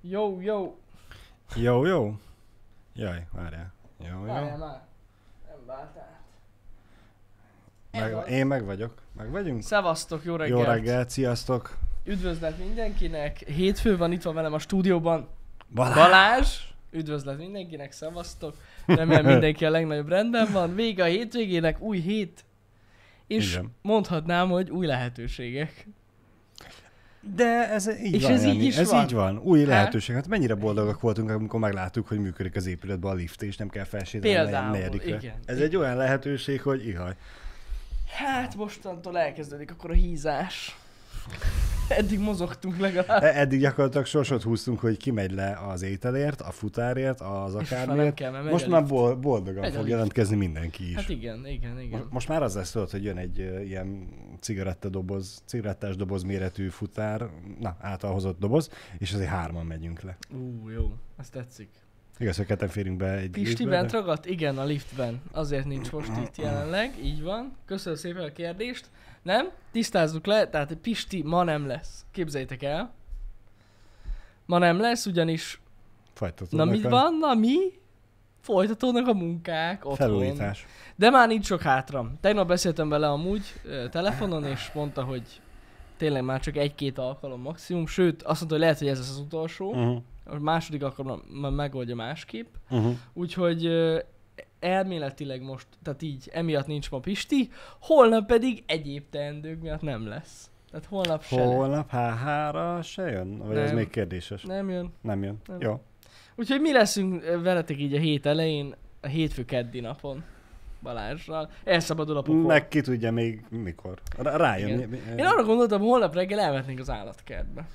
Jó, jó. Jó, jó. Jaj, várjál. Jó, Várjál jó. már. Nem vált át. Ez az. Meg, én meg vagyok. Meg vagyunk? Szevasztok, jó reggelt. Jó reggelt, sziasztok. Üdvözlet mindenkinek. Hétfő van, itt van velem a stúdióban Balázs. Balázs. Üdvözlet mindenkinek, szevasztok. Remélem mindenki a legnagyobb rendben van. Vége a hétvégének, új hét. És Igen. mondhatnám, hogy új lehetőségek. De ez így És van, ez így Jani. is ez van. így van. Új lehetőség. Hát mennyire boldogak voltunk, amikor megláttuk, hogy működik az épületben a lift, és nem kell felsétálni a Például, negyedikre. igen. Ez egy olyan lehetőség, hogy ihaj. Hát mostantól elkezdődik akkor a hízás. Eddig mozogtunk legalább. E- Eddig gyakorlatilag sorsot húztunk, hogy ki megy le az ételért, a futárért, az És most már nem akármiért. kell, mert megy hát Most a már lift. bol- boldogan Megy a fog lift. jelentkezni mindenki is. Hát igen, igen, igen. Most, most már az lesz, tudod, hogy jön egy ö, ilyen cigarettadoboz, cigarettás doboz méretű futár, na, által hozott doboz, és azért hárman megyünk le. Ú, jó, ez tetszik. Igaz, hogy ketten férünk be egy Pisti liftbe, de- bent ragadt? Igen, a liftben. Azért nincs most itt jelenleg, így van. Köszönöm szépen a kérdést. Nem? Tisztázzuk le, tehát Pisti ma nem lesz. Képzeljétek el. Ma nem lesz, ugyanis... Na Folytatódnak mit a van? Na mi? Folytatódnak a munkák otthon. Felújítás. De már nincs sok hátra. Tegnap beszéltem vele amúgy ö, telefonon, és mondta, hogy tényleg már csak egy-két alkalom maximum, sőt, azt mondta, hogy lehet, hogy ez lesz az utolsó, Uh-huh. a második alkalom már megoldja másképp. Uh-huh. Úgyhogy ö, elméletileg most, tehát így, emiatt nincs ma Pisti, holnap pedig egyéb teendők miatt nem lesz. Tehát holnap se lesz. Holnap H3-ra se jön? Vagy ez Nem. még kérdéses? Nem, Nem jön. nem jön. Nem. Nem. Jó. Úgyhogy mi leszünk ö, veletek így a hét elején, a hétfő keddi napon Balázsral. Elszabadul a pofon. Meg ki tudja még mikor. Rá- Rájön. Igen. Mi- mi- Én arra gondoltam, hogy holnap reggel elvetnénk az állatkertbe.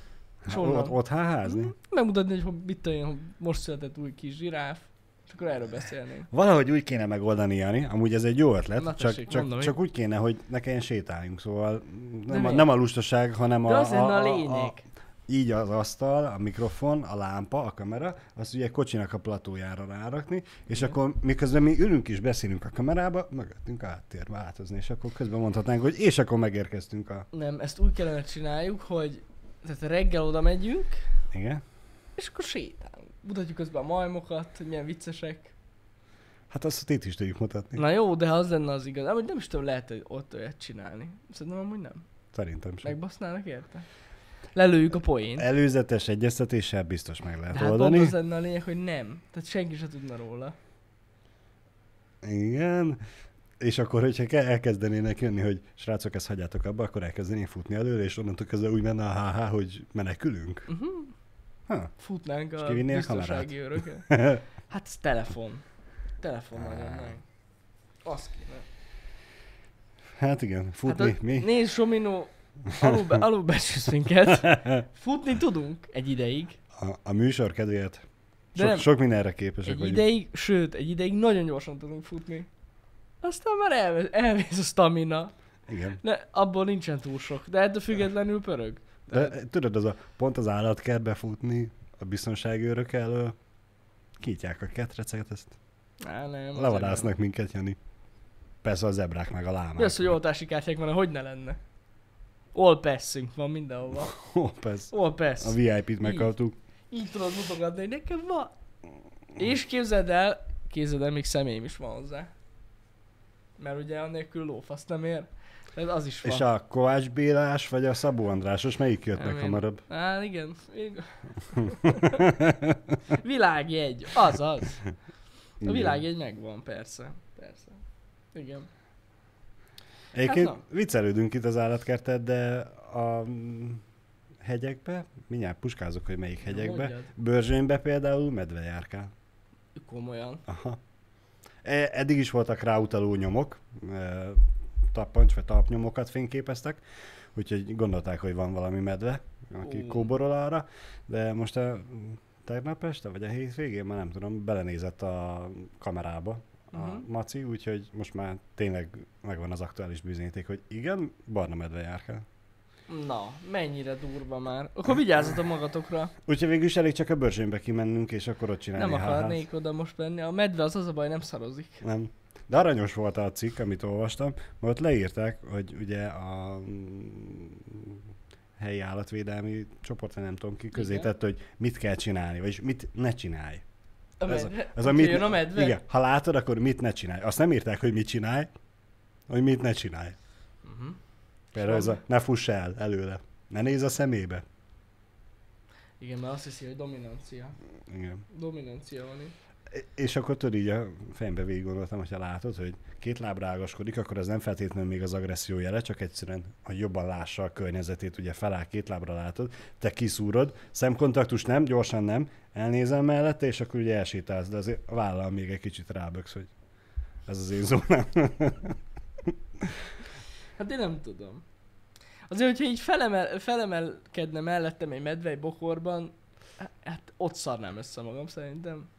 Há- onnan. ott, ott háházni? Megmutatni, hogy hol- mit tudom én, hogy most született új kis zsiráf, és akkor erről beszélnénk. Valahogy úgy kéne megoldani, Jani, amúgy ez egy jó ötlet, Na Na, csak, tessék, mondom csak, én. csak úgy kéne, hogy ne kelljen sétáljunk, szóval nem, Nem a, én. nem a lustaság, hanem De a, az lenne a a, lényeg. így az asztal, a mikrofon, a lámpa, a kamera, azt ugye kocsinak a platójára rárakni, és Igen. akkor miközben mi ülünk is beszélünk a kamerába, mögöttünk a háttér változni, és akkor közben mondhatnánk, hogy és akkor megérkeztünk a... Nem, ezt úgy kellene csináljuk, hogy tehát reggel oda megyünk, Igen? és akkor sétálunk. Mutatjuk közben a majmokat, hogy milyen viccesek. Hát azt itt is tudjuk mutatni. Na jó, de ha az lenne az igaz. Amúgy nem is tudom, lehet, hogy ott olyat csinálni. Szerintem amúgy nem. Szerintem sem. Megbasználnak érte? Lelőjük a poént. Előzetes egyeztetéssel biztos meg lehet De hát pont oldani. az lenne a lényeg, hogy nem. Tehát senki se tudna róla. Igen. És akkor, hogyha ke- elkezdenének jönni, hogy srácok, ezt hagyjátok abba, akkor elkezdenénk futni előre, és onnantól kezdve úgy menne a HH, hogy menekülünk. Uh-huh. Ha. Futnánk a kivinni a biztonsági örökre. Hát ez telefon. Telefonnal jönnek. Azt kéne. Hát igen, futni, a- hát, mi? Nézd, Somino, alul, be, alul becsülsz minket. Futni tudunk egy ideig. A, a műsor kedvéért. De Sok, nem. sok mindenre képesek Egy vagyunk. ideig, sőt, egy ideig nagyon gyorsan tudunk futni. Aztán már elvész, elvész a stamina. Igen. De abból nincsen túl sok, de ettől függetlenül pörög. Tehát De, tudod, az a, pont az állatkertbe futni, a biztonsági örök elől, kítják a ketreceket, ezt Á, nem, azért levadásznak minket, Jani. Persze a zebrák meg a nem. lámák. Mi az, hogy oltási kártyák van, hogy ne lenne? All passzünk van mindenhova. Ó, persze. All A pass. VIP-t megkaptuk. Így tudod mutogatni, hogy nekem van. És képzeld el, képzeld el, még személyem is van hozzá. Mert ugye annélkül lófasz nem ér. Tehát az is van. És a Kovács Bélás vagy a Szabó Andrásos, melyik jött Nem, meg én- hamarabb? Á, Hát igen. Még- világjegy, az az. A Igen. világjegy megvan, persze. Persze. Igen. Egyébként Hát viccelődünk itt az állatkertet, de a mm, hegyekbe, mindjárt puskázok, hogy melyik hegyekbe, Mondjad. Börzsönybe például medve járkál. Komolyan. Aha. E- Eddig is voltak ráutaló nyomok, e, tappancs vagy talpnyomokat fényképeztek, úgyhogy gondolták, hogy van valami medve, aki Ó. kóborol arra, de most a tegnap este, vagy a hétvégén, már nem tudom, belenézett a kamerába a Mhm. Maci, úgyhogy most már tényleg megvan az aktuális bizonyíték, hogy igen, barna medve járkál. Na, mennyire durva már. Akkor vigyázzatok magatokra. Úgyhogy végül is elég csak a börzsénybe kimennünk, és akkor ott csinálni Nem hálát. akarnék oda most menni. A medve az az a baj, nem szarozik. Nem. De aranyos volt a cikk, amit olvastam, mert ott leírták, hogy ugye a mm, helyi állatvédelmi csoport, vagy nem tudom ki, közé Igen. tett, hogy mit kell csinálni, vagyis mit ne csinálj. A Ez a- medve. Az, Hogyha amit, jön a medve? Igen, ha látod, akkor mit ne csinálj. Azt nem írták, hogy mit csinálj, hogy mit ne csinálj. Uh-huh. Például ez Van. a ne fuss el előle, ne nézz a szemébe. Igen, mert azt hiszi, hogy dominancia. Igen. Dominancia van itt. E- És akkor tudod így a fejembe végig gondoltam, hogyha látod, hogy két lábra ágaskodik, akkor az nem feltétlenül még az agresszió jele, csak egyszerűen, hogy jobban lássa a környezetét, ugye feláll, két lábra látod, te kiszúrod, szemkontaktus nem, gyorsan nem, elnézel mellette, és akkor ugye elsétálsz, de azért a vállal még egy kicsit ráböksz, hogy ez az én zónám. Hát én nem tudom. Azért, hogyha így felemel, felemelkedne mellettem egy medve egy bokorban, hát ott szarnám össze magam szerintem.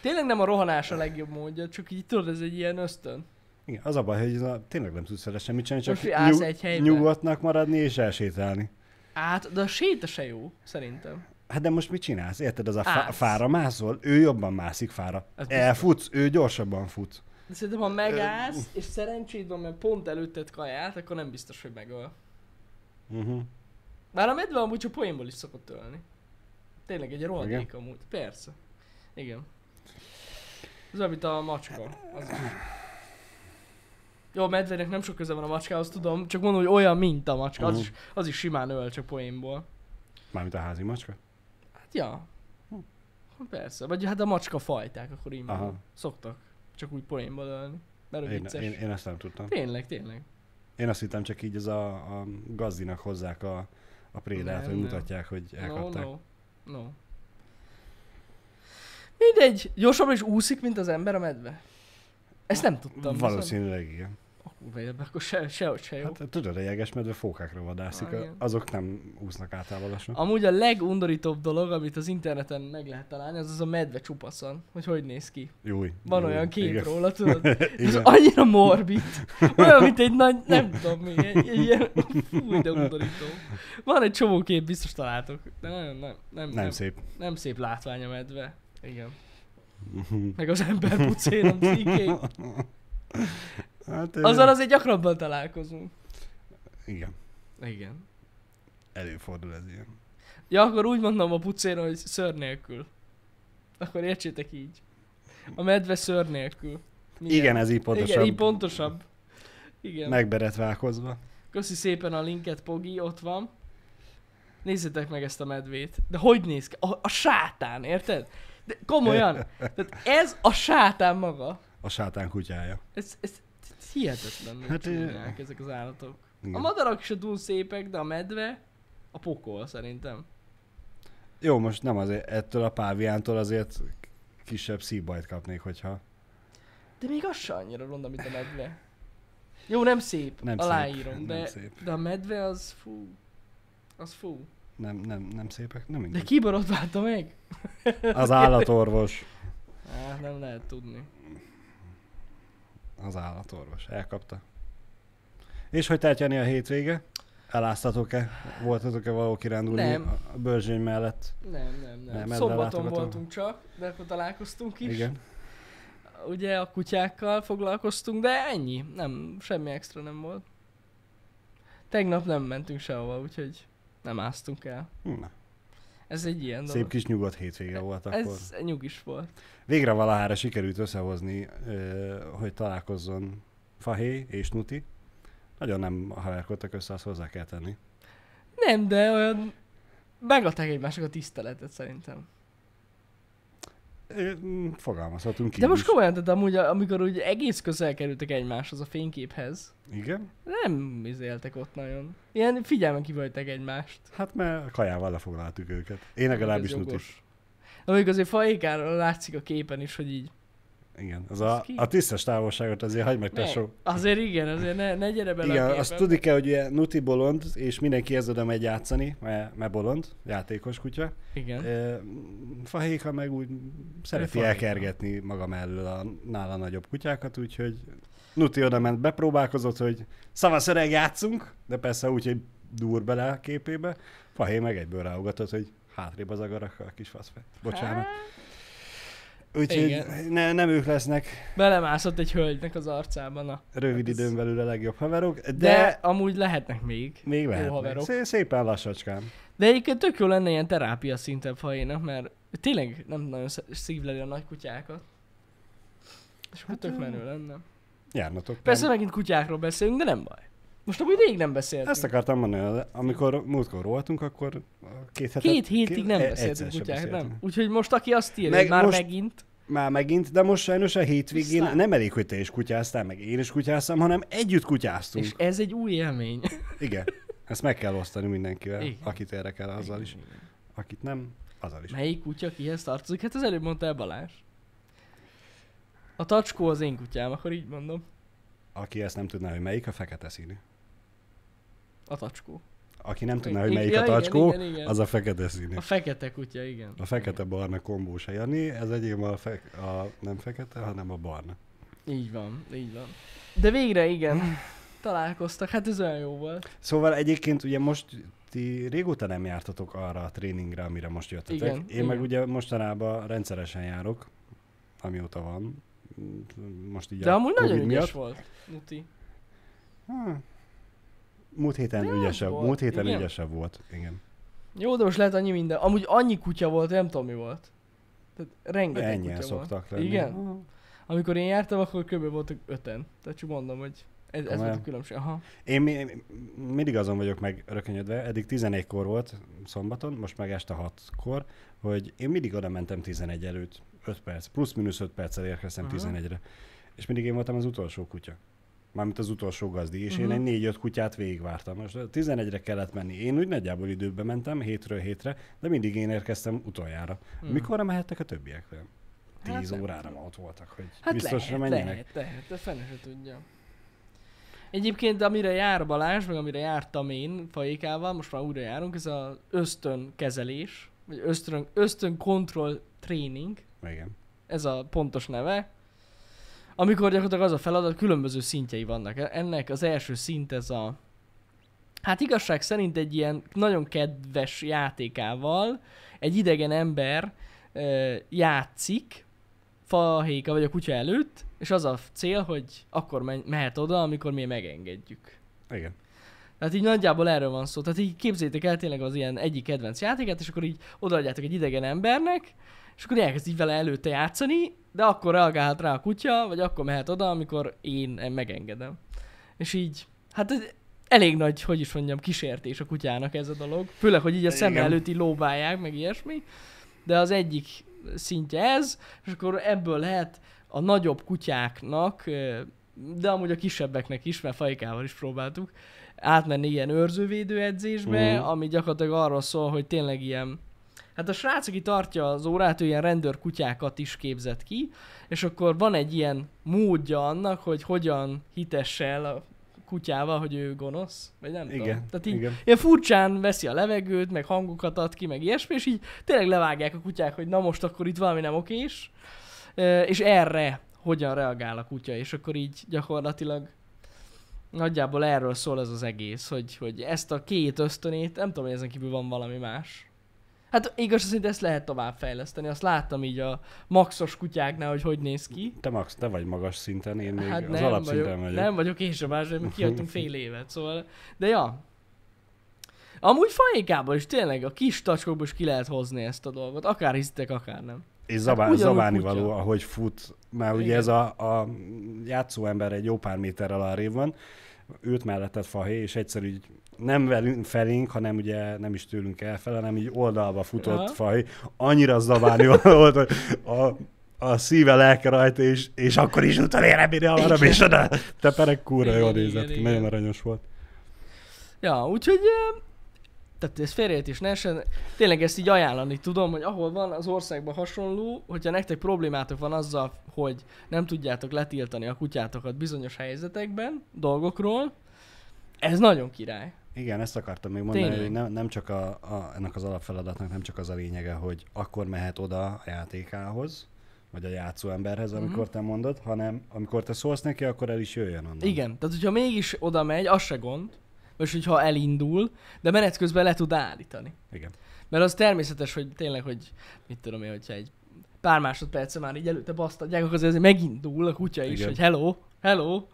Tényleg nem a rohanás a legjobb módja, csak így tudod, ez egy ilyen ösztön. Igen, az a baj, hogy ez a, tényleg nem tudsz vele semmit csinálni, csak Most állsz egy helyben. nyugodtnak maradni és elsétálni. Hát, de a séta se jó, szerintem. Hát de most mit csinálsz? Érted, az a fá- Állsz. fára mászol, ő jobban mászik fára. Ez biztos. Elfutsz, ő gyorsabban fut. De szerintem, ha megállsz, és szerencséd van, mert pont előtted kaját, akkor nem biztos, hogy megöl. Uh-huh. Bár a medve amúgy csak poénból is szokott ölni. Tényleg egy rohadék Igen? amúgy. Persze. Igen. Ez olyan, mint a macska. Az is. Jó, a medvének nem sok köze van a macskához, tudom, csak mondom, hogy olyan, mint a macska. Az, Mhm. is, az is simán öl, csak poénból. Mármint a házi macska? Hát ja. Persze. Vagy hát a macska fajták, akkor így Hm. Aha. mondom. Szoktak. Csak úgy poénból ölni. Mert Én, vicces. én, én, ezt nem tudtam. Tényleg, tényleg. Én azt hittem, csak így az a, a gazdinak hozzák a, a prédát, Nem, hogy nem. mutatják, hogy elkapták. No, no. No. Mindegy, gyorsabban is úszik, mint az ember a medve. Ezt nem tudtam. Valószínűleg igen. Viszont... Akkor se, se, se jó. Hát tudod, a jegesmedve fókákra vadászik, Ah, igen. a, azok nem úsznak általában Amúgy a legundorítóbb dolog, amit az interneten meg lehet találni, az az a medve csupaszon, hogy hogy néz ki. Júj. Van júj, olyan kép igen. róla, tudod? Ez Igen. annyira morbid. Olyan, mint egy nagy, nem tudom mi, egy, egy ilyen, fúj, de undorító. Van egy csomó kép, biztos találtok. De nagyon, nem, nem, Nem szép. nem szép látvány a medve. Igen. Meg az ember pucén a cikék. Hát, ö, Azzal azért gyakrabban találkozunk. Igen, Igen. előfordul ez ilyen. Ja, akkor úgy mondom a pucéron, hogy ször nélkül. Akkor értsétek így. A medve ször nélkül. Milyen? Igen, ez így pontosabb. Igen, így pontosabb. Igen. Meg... Megberetvákozva. Köszi szépen a linket, Pogi, ott van. Nézzétek meg ezt a medvét. De hogy néz ki? A, a sátán, érted? De komolyan. Tehát ez a sátán maga. A sátán kutyája. Ez, ez, ez hihetetlen, hogy Hát, hát, csinálják ezek az állatok. Igen. A madarak se túl szépek, de a medve a pokol szerintem. Jó, most nem azért, ettől a páviántól azért kisebb szívbajt kapnék, hogyha... De még az se annyira ronda, mint a medve. Jó, nem szép, nem Nem szép, aláírom, szép, nem de, nem szép. de a medve az fú. Az fú. Nem, nem, nem szépek, nem De mindegy. ki borotválta meg? Az állatorvos. Hát nem lehet tudni. Az állatorvos. Elkapta. És hogy telt Jani a hétvége? Eláztatok-e? Voltatok-e valahol kirándulni Nem. a Börzsöny mellett? Nem, nem, nem. Nem, nem medve Szombaton látogató. voltunk csak, de akkor találkoztunk is. Igen. Ugye a kutyákkal foglalkoztunk, de ennyi. Nem, semmi extra nem volt. Tegnap nem mentünk sehova, úgyhogy nem áztunk el. Hm, Na, Ez egy ilyen szép dolog. kis nyugodt hétvége volt akkor. Ez nyugis volt. Végre valahára sikerült összehozni, ö, hogy találkozzon Fahé és Nuti. Nagyon nem haverkodtak össze, azt hozzá kell tenni. Nem, de olyan... Megadták egymásnak a tiszteletet szerintem. Ö, m, Fogalmazhatunk így de most is. komolyan, tehát amúgy, a- amikor úgy egész közel kerültek egymáshoz a fényképhez, Igen? nem izéltek ott nagyon. Ilyen figyelmen kivagyták egymást. Hát mert kajával lefoglaltuk őket. Én legalábbis Hát, Ez Nuti. jogos. Amíg azért faékára látszik a képen is, hogy így Igen, az Ez a, ki? a tisztes távolságot azért hagyd meg, Ne, tesó. Azért igen, azért ne, ne gyere bele a Igen, képbe. azt tudni kell, hogy ugye Nuti bolond, és mindenki ezzel oda megy játszani, mert, mert bolond, játékos kutya. Igen. Ö, Fahéka meg úgy szereti fahéka. elkergetni maga mellől a nála nagyobb kutyákat, úgyhogy Nuti oda ment, bepróbálkozott, hogy szavasz öreg játszunk, de persze úgy, hogy dur bele a képébe. Fahé meg egyből ráugatott, hogy hátrébb az agarakkal a kis faszfe. Bocsánat. Úgyhogy Hát, Igen. ne, nem ők lesznek Belemászott egy hölgynek az arcába, na. rövid Hát ez- időn belül a legjobb haverok, de, De, de amúgy lehetnek még. még lehetnek. haverok. Szé- szépen lassacskán. De egyébként tök jó lenne ilyen terápia szinten fajénak, mert tényleg nem nagyon sz- szívleli a nagy kutyákat. És Hát, akkor tök menő lenne. Járnatok. Persze nem. megint kutyákról beszélünk, de nem baj. Most amúgy rég nem beszéltünk. Ezt akartam mondani, amikor múltkor rohadtunk, akkor a két hetet... Két hétig nem e- beszéltünk egyszer se kutyákról, nem? beszéltünk. Úgyhogy most aki azt írja, Meg hogy már most- megint, Már megint, de most sajnos a hétvégén Viszlát. nem elég, hogy te is kutyáztál, meg én is kutyáztam, hanem együtt kutyáztunk. és ez egy új élmény. Igen. Ezt meg kell osztani mindenkivel, Igen. akit érdekel azzal is. Akit nem, azzal is. Melyik kutya kihez tartozik? Hát az előbb mondta el Balázs. A tacskó az én kutyám, akkor így mondom. Aki ezt nem tudná, hogy melyik a fekete színű. A tacskó. Aki nem tudná, Igen, hogy melyik ja, a igen, tacskó, igen, igen. az a fekete színű. A fekete kutya, igen. A fekete-barna kombós a Jani, ez egyébként a, fe- a nem fekete, hanem a barna. Így van, így van. De végre igen, találkoztak, hát ez olyan jó volt. Szóval egyébként ugye most ti régóta nem jártatok arra a tréningre, amire most jöttetek. Igen, Én igen. meg ugye mostanában rendszeresen járok, amióta van. Most így De a amúgy nagyon Covid ügyes miatt. volt, Muti. Há. Múlt héten De az ügyesebb volt. volt, Múlt héten igen. ügyesebb volt, igen. Jó, de most lehet annyi minden. Amúgy annyi kutya volt, nem tudom mi volt. Tehát rengeteg Ennyien kutya volt. szoktak lenni. Igen? Ah. Amikor én jártam, akkor kb. voltak öten. Tehát csak mondom, hogy ez, ez volt a Komolyan? különbség. Aha. Én mi, mindig azon vagyok meg rökönyödve, eddig 11-kor volt szombaton, most meg este 6-kor, hogy én mindig oda mentem 11 előtt, 5 perc, plusz-minusz 5 perccel érkeztem Aha. 11-re. És mindig én voltam az utolsó kutya. Mármint az utolsó gazdi, és Mhm. én egy 4-5 kutyát végigvártam. Most 11-re kellett menni. Én úgy nagyjából időben mentem, hétről hétre, de mindig én érkeztem utoljára. Mm. Mikorra mehettek a többiek? Olyan 10 Hát nem órára ma ott voltak, hogy Hát biztosra lehet, menjenek. lehet, lehet, de fene se tudja. Egyébként amire jár Balázs, meg amire jártam én fajékával, most már újra járunk, ez az ösztönkezelés, vagy ösztön, ösztön control training, Igen. ez a pontos neve, amikor gyakorlatilag az a feladat, különböző szintjei vannak. Ennek az első szint ez a, hát igazság szerint egy ilyen nagyon kedves játékával egy idegen ember ö, játszik fahéka vagy a kutya előtt, és az a cél, hogy akkor men- mehet oda, amikor mi megengedjük. Igen. Tehát így nagyjából erről van szó. Tehát így képzétek el tényleg az ilyen egyik kedvenc játékát, és akkor így odaadjátok egy idegen embernek, és akkor elkezd így vele előtte játszani, de akkor reagálhat rá a kutya, vagy akkor mehet oda, amikor én megengedem. És így, hát ez elég nagy, hogy is mondjam, kísértés a kutyának ez a dolog. Főleg, hogy így a szem Igen. előtt így lóbálják, meg ilyesmi. De az egyik szintje ez, és akkor ebből lehet a nagyobb kutyáknak, ö, de amúgy a kisebbeknek is, mert fajkával is próbáltuk, átmenni ilyen őrzővédő edzésbe, Mhm. ami gyakorlatilag arról szól, hogy tényleg ilyen Hát a srác, aki tartja az órát, ő ilyen rendőrkutyákat is képzett ki, és akkor van egy ilyen módja annak, hogy hogyan hitesse el a kutyával, hogy ő gonosz, vagy nem Igen. tudom. Tehát így igen. ilyen furcsán veszi a levegőt, meg hangokat ad ki, meg ilyesmi, és így tényleg levágják a kutyák, hogy na most akkor itt valami nem okés, Ö, és erre hogyan reagál a kutya, és akkor így gyakorlatilag nagyjából erről szól ez az egész, hogy, hogy ezt a két ösztönét, nem tudom, hogy ezen kívül van valami más. Hát igaz, szerint ezt lehet továbbfejleszteni, azt láttam így a maxos kutyáknál, hogy hogy néz ki. Te, Max, te vagy magas szinten, én még hát az alapszinten vagyok, vagyok. Nem vagyok én sem más, mert kiadtunk fél évet, szóval... De ja. Amúgy fajékában is tényleg a kis tacskokból is ki lehet hozni ezt a dolgot, akár hiszitek, akár nem. És zabá, Hát ugyanúgy zabálni kutya. való, ahogy fut, mert ugye Igen. ez a, a játszó ember egy jó pár méterrel arrébb van, őt melletted fahé, és egyszerű így nem velünk felénk, hanem ugye nem is tőlünk elfele, hanem így oldalba futott Aha. fahé. Annyira zabálni való volt, hogy a, a szíve lelke rajta, és, és akkor is utolér, mire arra, és oda. Te perek kúra Igen, jól igen, nézett ki, igen. nagyon aranyos volt. Ja, úgyhogy... ö, Tehát ez félreért is ne essen. Tényleg ezt így ajánlani tudom, hogy ahol van az országban hasonló, hogyha nektek problémátok van azzal, hogy nem tudjátok letiltani a kutyátokat bizonyos helyzetekben, dolgokról, ez nagyon király. Igen, ezt akartam még mondani, Tényleg. hogy nem, nem csak a, a, ennek az alapfeladatnak nem csak az a lényege, hogy akkor mehet oda a játékához, vagy a játszó emberhez, amikor Mhm. te mondod, hanem amikor te szólsz neki, akkor el is jöjjön onnan. Igen, tehát hogyha mégis oda megy, az se gond, és hogyha elindul, de menet közben le tud állítani. Igen. Mert az természetes, hogy tényleg, hogy mit tudom én, hogyha egy pár másodperce már így előtte basztatják, akkor azért megindul a kutya is, Igen. Igen. hogy hello, hello.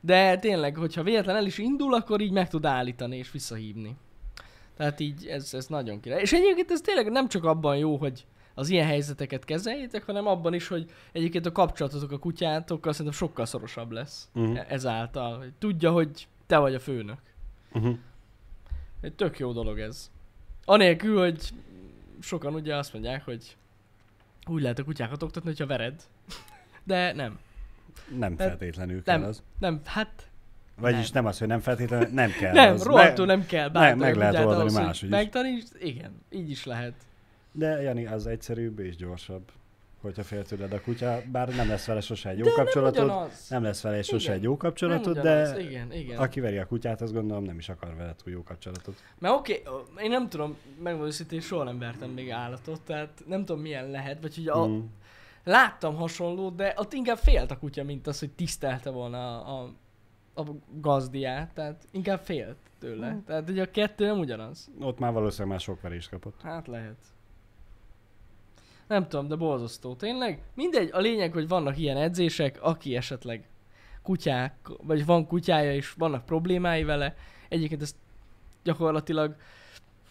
De tényleg, hogyha véletlen el is indul, akkor így meg tud állítani és visszahívni. Tehát így ez, ez nagyon király. És egyébként ez tényleg nem csak abban jó, hogy az ilyen helyzeteket kezeljétek, hanem abban is, hogy egyébként a kapcsolatotok a kutyátokkal szerintem sokkal szorosabb lesz Mhm. e- ezáltal. Hogy Tudja, hogy te vagy a főnök. Uh-huh. Egy tök jó dolog ez. Anélkül, hogy sokan ugye azt mondják, hogy úgy lehet a kutyákat oktatni, hogyha vered. De nem. Nem feltétlenül nem. kell az. Nem, hát Vagyis nem. az, hogy nem feltétlenül, nem kell nem, az. rohadtul nem kell bántani meg a lehet kutyát oldani ahhoz, hogy máshogy is. Megtanítsd, igen, így is lehet. De Jani, az egyszerűbb és gyorsabb, hogyha féltőled a kutya, bár nem lesz vele sose egy jó kapcsolatod, nem, Ugyanaz. lesz vele sose Igen. egy jó Nem kapcsolatod, ugyanaz, de Igen, igen. aki veri a kutyát, azt gondolom nem is akar vele túl jó kapcsolatot. Mert oké, okay, én nem tudom, megmondom őszintén, soha nem vertem még állatot, tehát nem tudom milyen lehet, vagy hogy a, Mm. láttam hasonlót, de ott inkább félt a kutya, mint az, hogy tisztelte volna a, a, a gazdiát, tehát inkább félt tőle. Hmm. Tehát ugye a kettő nem ugyanaz. Ott már valószínűleg már sok verést kapott. Hát lehet. Nem tudom, de borzasztó. Tényleg? Mindegy, a lényeg, hogy vannak ilyen edzések, aki esetleg kutyák, vagy van kutyája és vannak problémái vele. Egyébként ezt gyakorlatilag,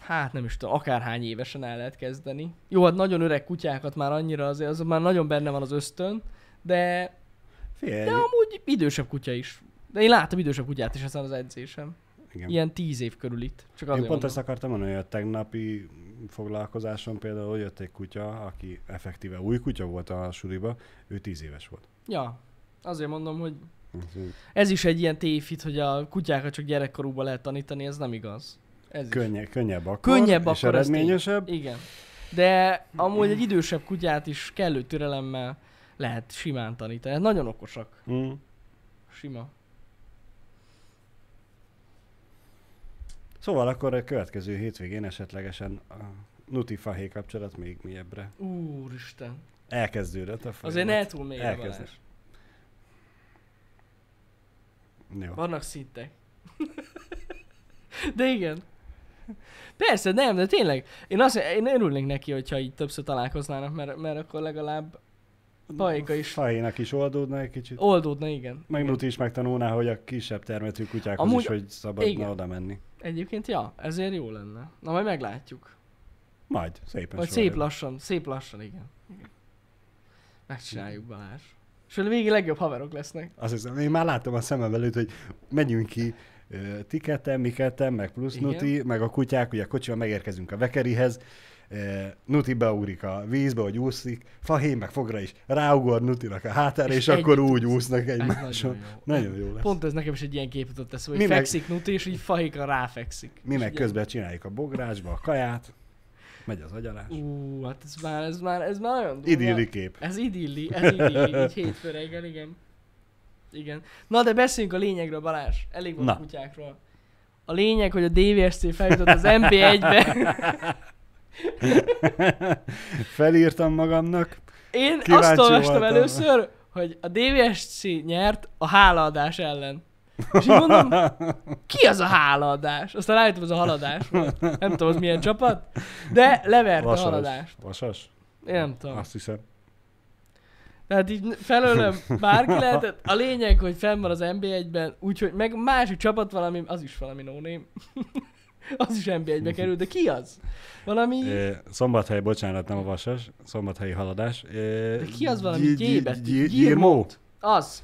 hát nem is tudom, akárhány évesen el lehet kezdeni. Jó, hát nagyon öreg kutyákat már annyira azért, az már nagyon benne van az ösztön, de Figyelj, de amúgy idősebb kutya is. De én láttam idősebb kutyát is ezen az edzésem. igen. Ilyen tíz év körül itt. Csak Én azért pont mondom. ezt akartam mondani, hogy a tegnapi foglalkozáson például jött egy kutya, aki effektíve új kutya volt a suliba, ő tíz éves volt. Ja, azért mondom, hogy ez is egy ilyen tévhit, hogy a kutyákat csak gyerekkorúban lehet tanítani, ez nem igaz. Ez is. Könnye, könnyebb akkor, Könnyebb és akkor, ez tény. eredményesebb. Igen. De amúgy egy idősebb kutyát is kellő türelemmel lehet simán tanítani. Hát Nagyon okosak. Mm. Sima. Szóval akkor a következő hétvégén esetlegesen a nutifahé kapcsolat még mélyebbre Úristen. elkezdődött a folyamat. Azért ne túl mély a Elkezdem. Balázs. Jó. Vannak szintek. De igen. Persze, nem, de tényleg. Én, azt, én örülnék neki, hogyha így többször találkoznának, mert, mert akkor legalább Fahéka is. Fahénak is oldódna egy kicsit. oldódna, igen. Meg Nuti is megtanulná, hogy a kisebb termetű kutyákhoz Amúgy- is, hogy szabadna igen. oda menni. Egyébként, ja, ezért jó lenne. Na, majd meglátjuk. Majd, szépen Vagy soroljuk. szép lassan, szép lassan, igen. Igen. Megcsináljuk, Balázs. És a végén legjobb haverok lesznek. Azt hiszem, én már látom a szemem előtt, hogy megyünk ki ö, ti ketten, mi ketten, meg plusz Igen. Nuti, meg a kutyák, ugye a kocsival megérkezünk a vekerihez, ö, Nuti beugrik a vízbe, hogy úszik, fahén meg fogra is, ráugor Nutinak a hátára, és, És és akkor együtt úgy úsznak Ez nagyon egymáson. jó. Nagyon jó lesz. Pont. Pont ez nekem is egy ilyen képet ott tesz, hogy Mi meg- fekszik Nuti, és így fahéka ráfekszik. Mi És meg ugye- közben csináljuk a bográsba a kaját, megy az agyalás. Ú, hát ez már, ez már, ez már nagyon durva. Idilli kép. Ez idilli, ez idilli, így hétfő reggel, igen. Igen. Na de beszéljünk a lényegről, Balázs. Elég volt Na. a kutyákról. A lényeg, hogy a DVSC feljutott az MB1-be. Felírtam magamnak, Én Kíváncsi azt olvastam voltam. először, hogy a DVSC nyert a hálaadás ellen. És így mondom, ki az a hálaadás? Aztán rájöttem, az a haladás volt. Nem tudom, az milyen csapat, de leverte a vasas. haladást. Vasas? Én nem tudom. Azt hiszem. Tehát így felőlem bárki lehetett. A lényeg, hogy fenn van az NB1-ben, úgyhogy meg másik csapat valami, az is valami no name. az is NB1-be került, de ki az? Valami... Ö, Szombathelyi, bocsánat, nem a vasas, szombathelyi haladás. Ö, De ki az valami gy- G gy- betű? gy- Gyirmó? Gyirmót. Az.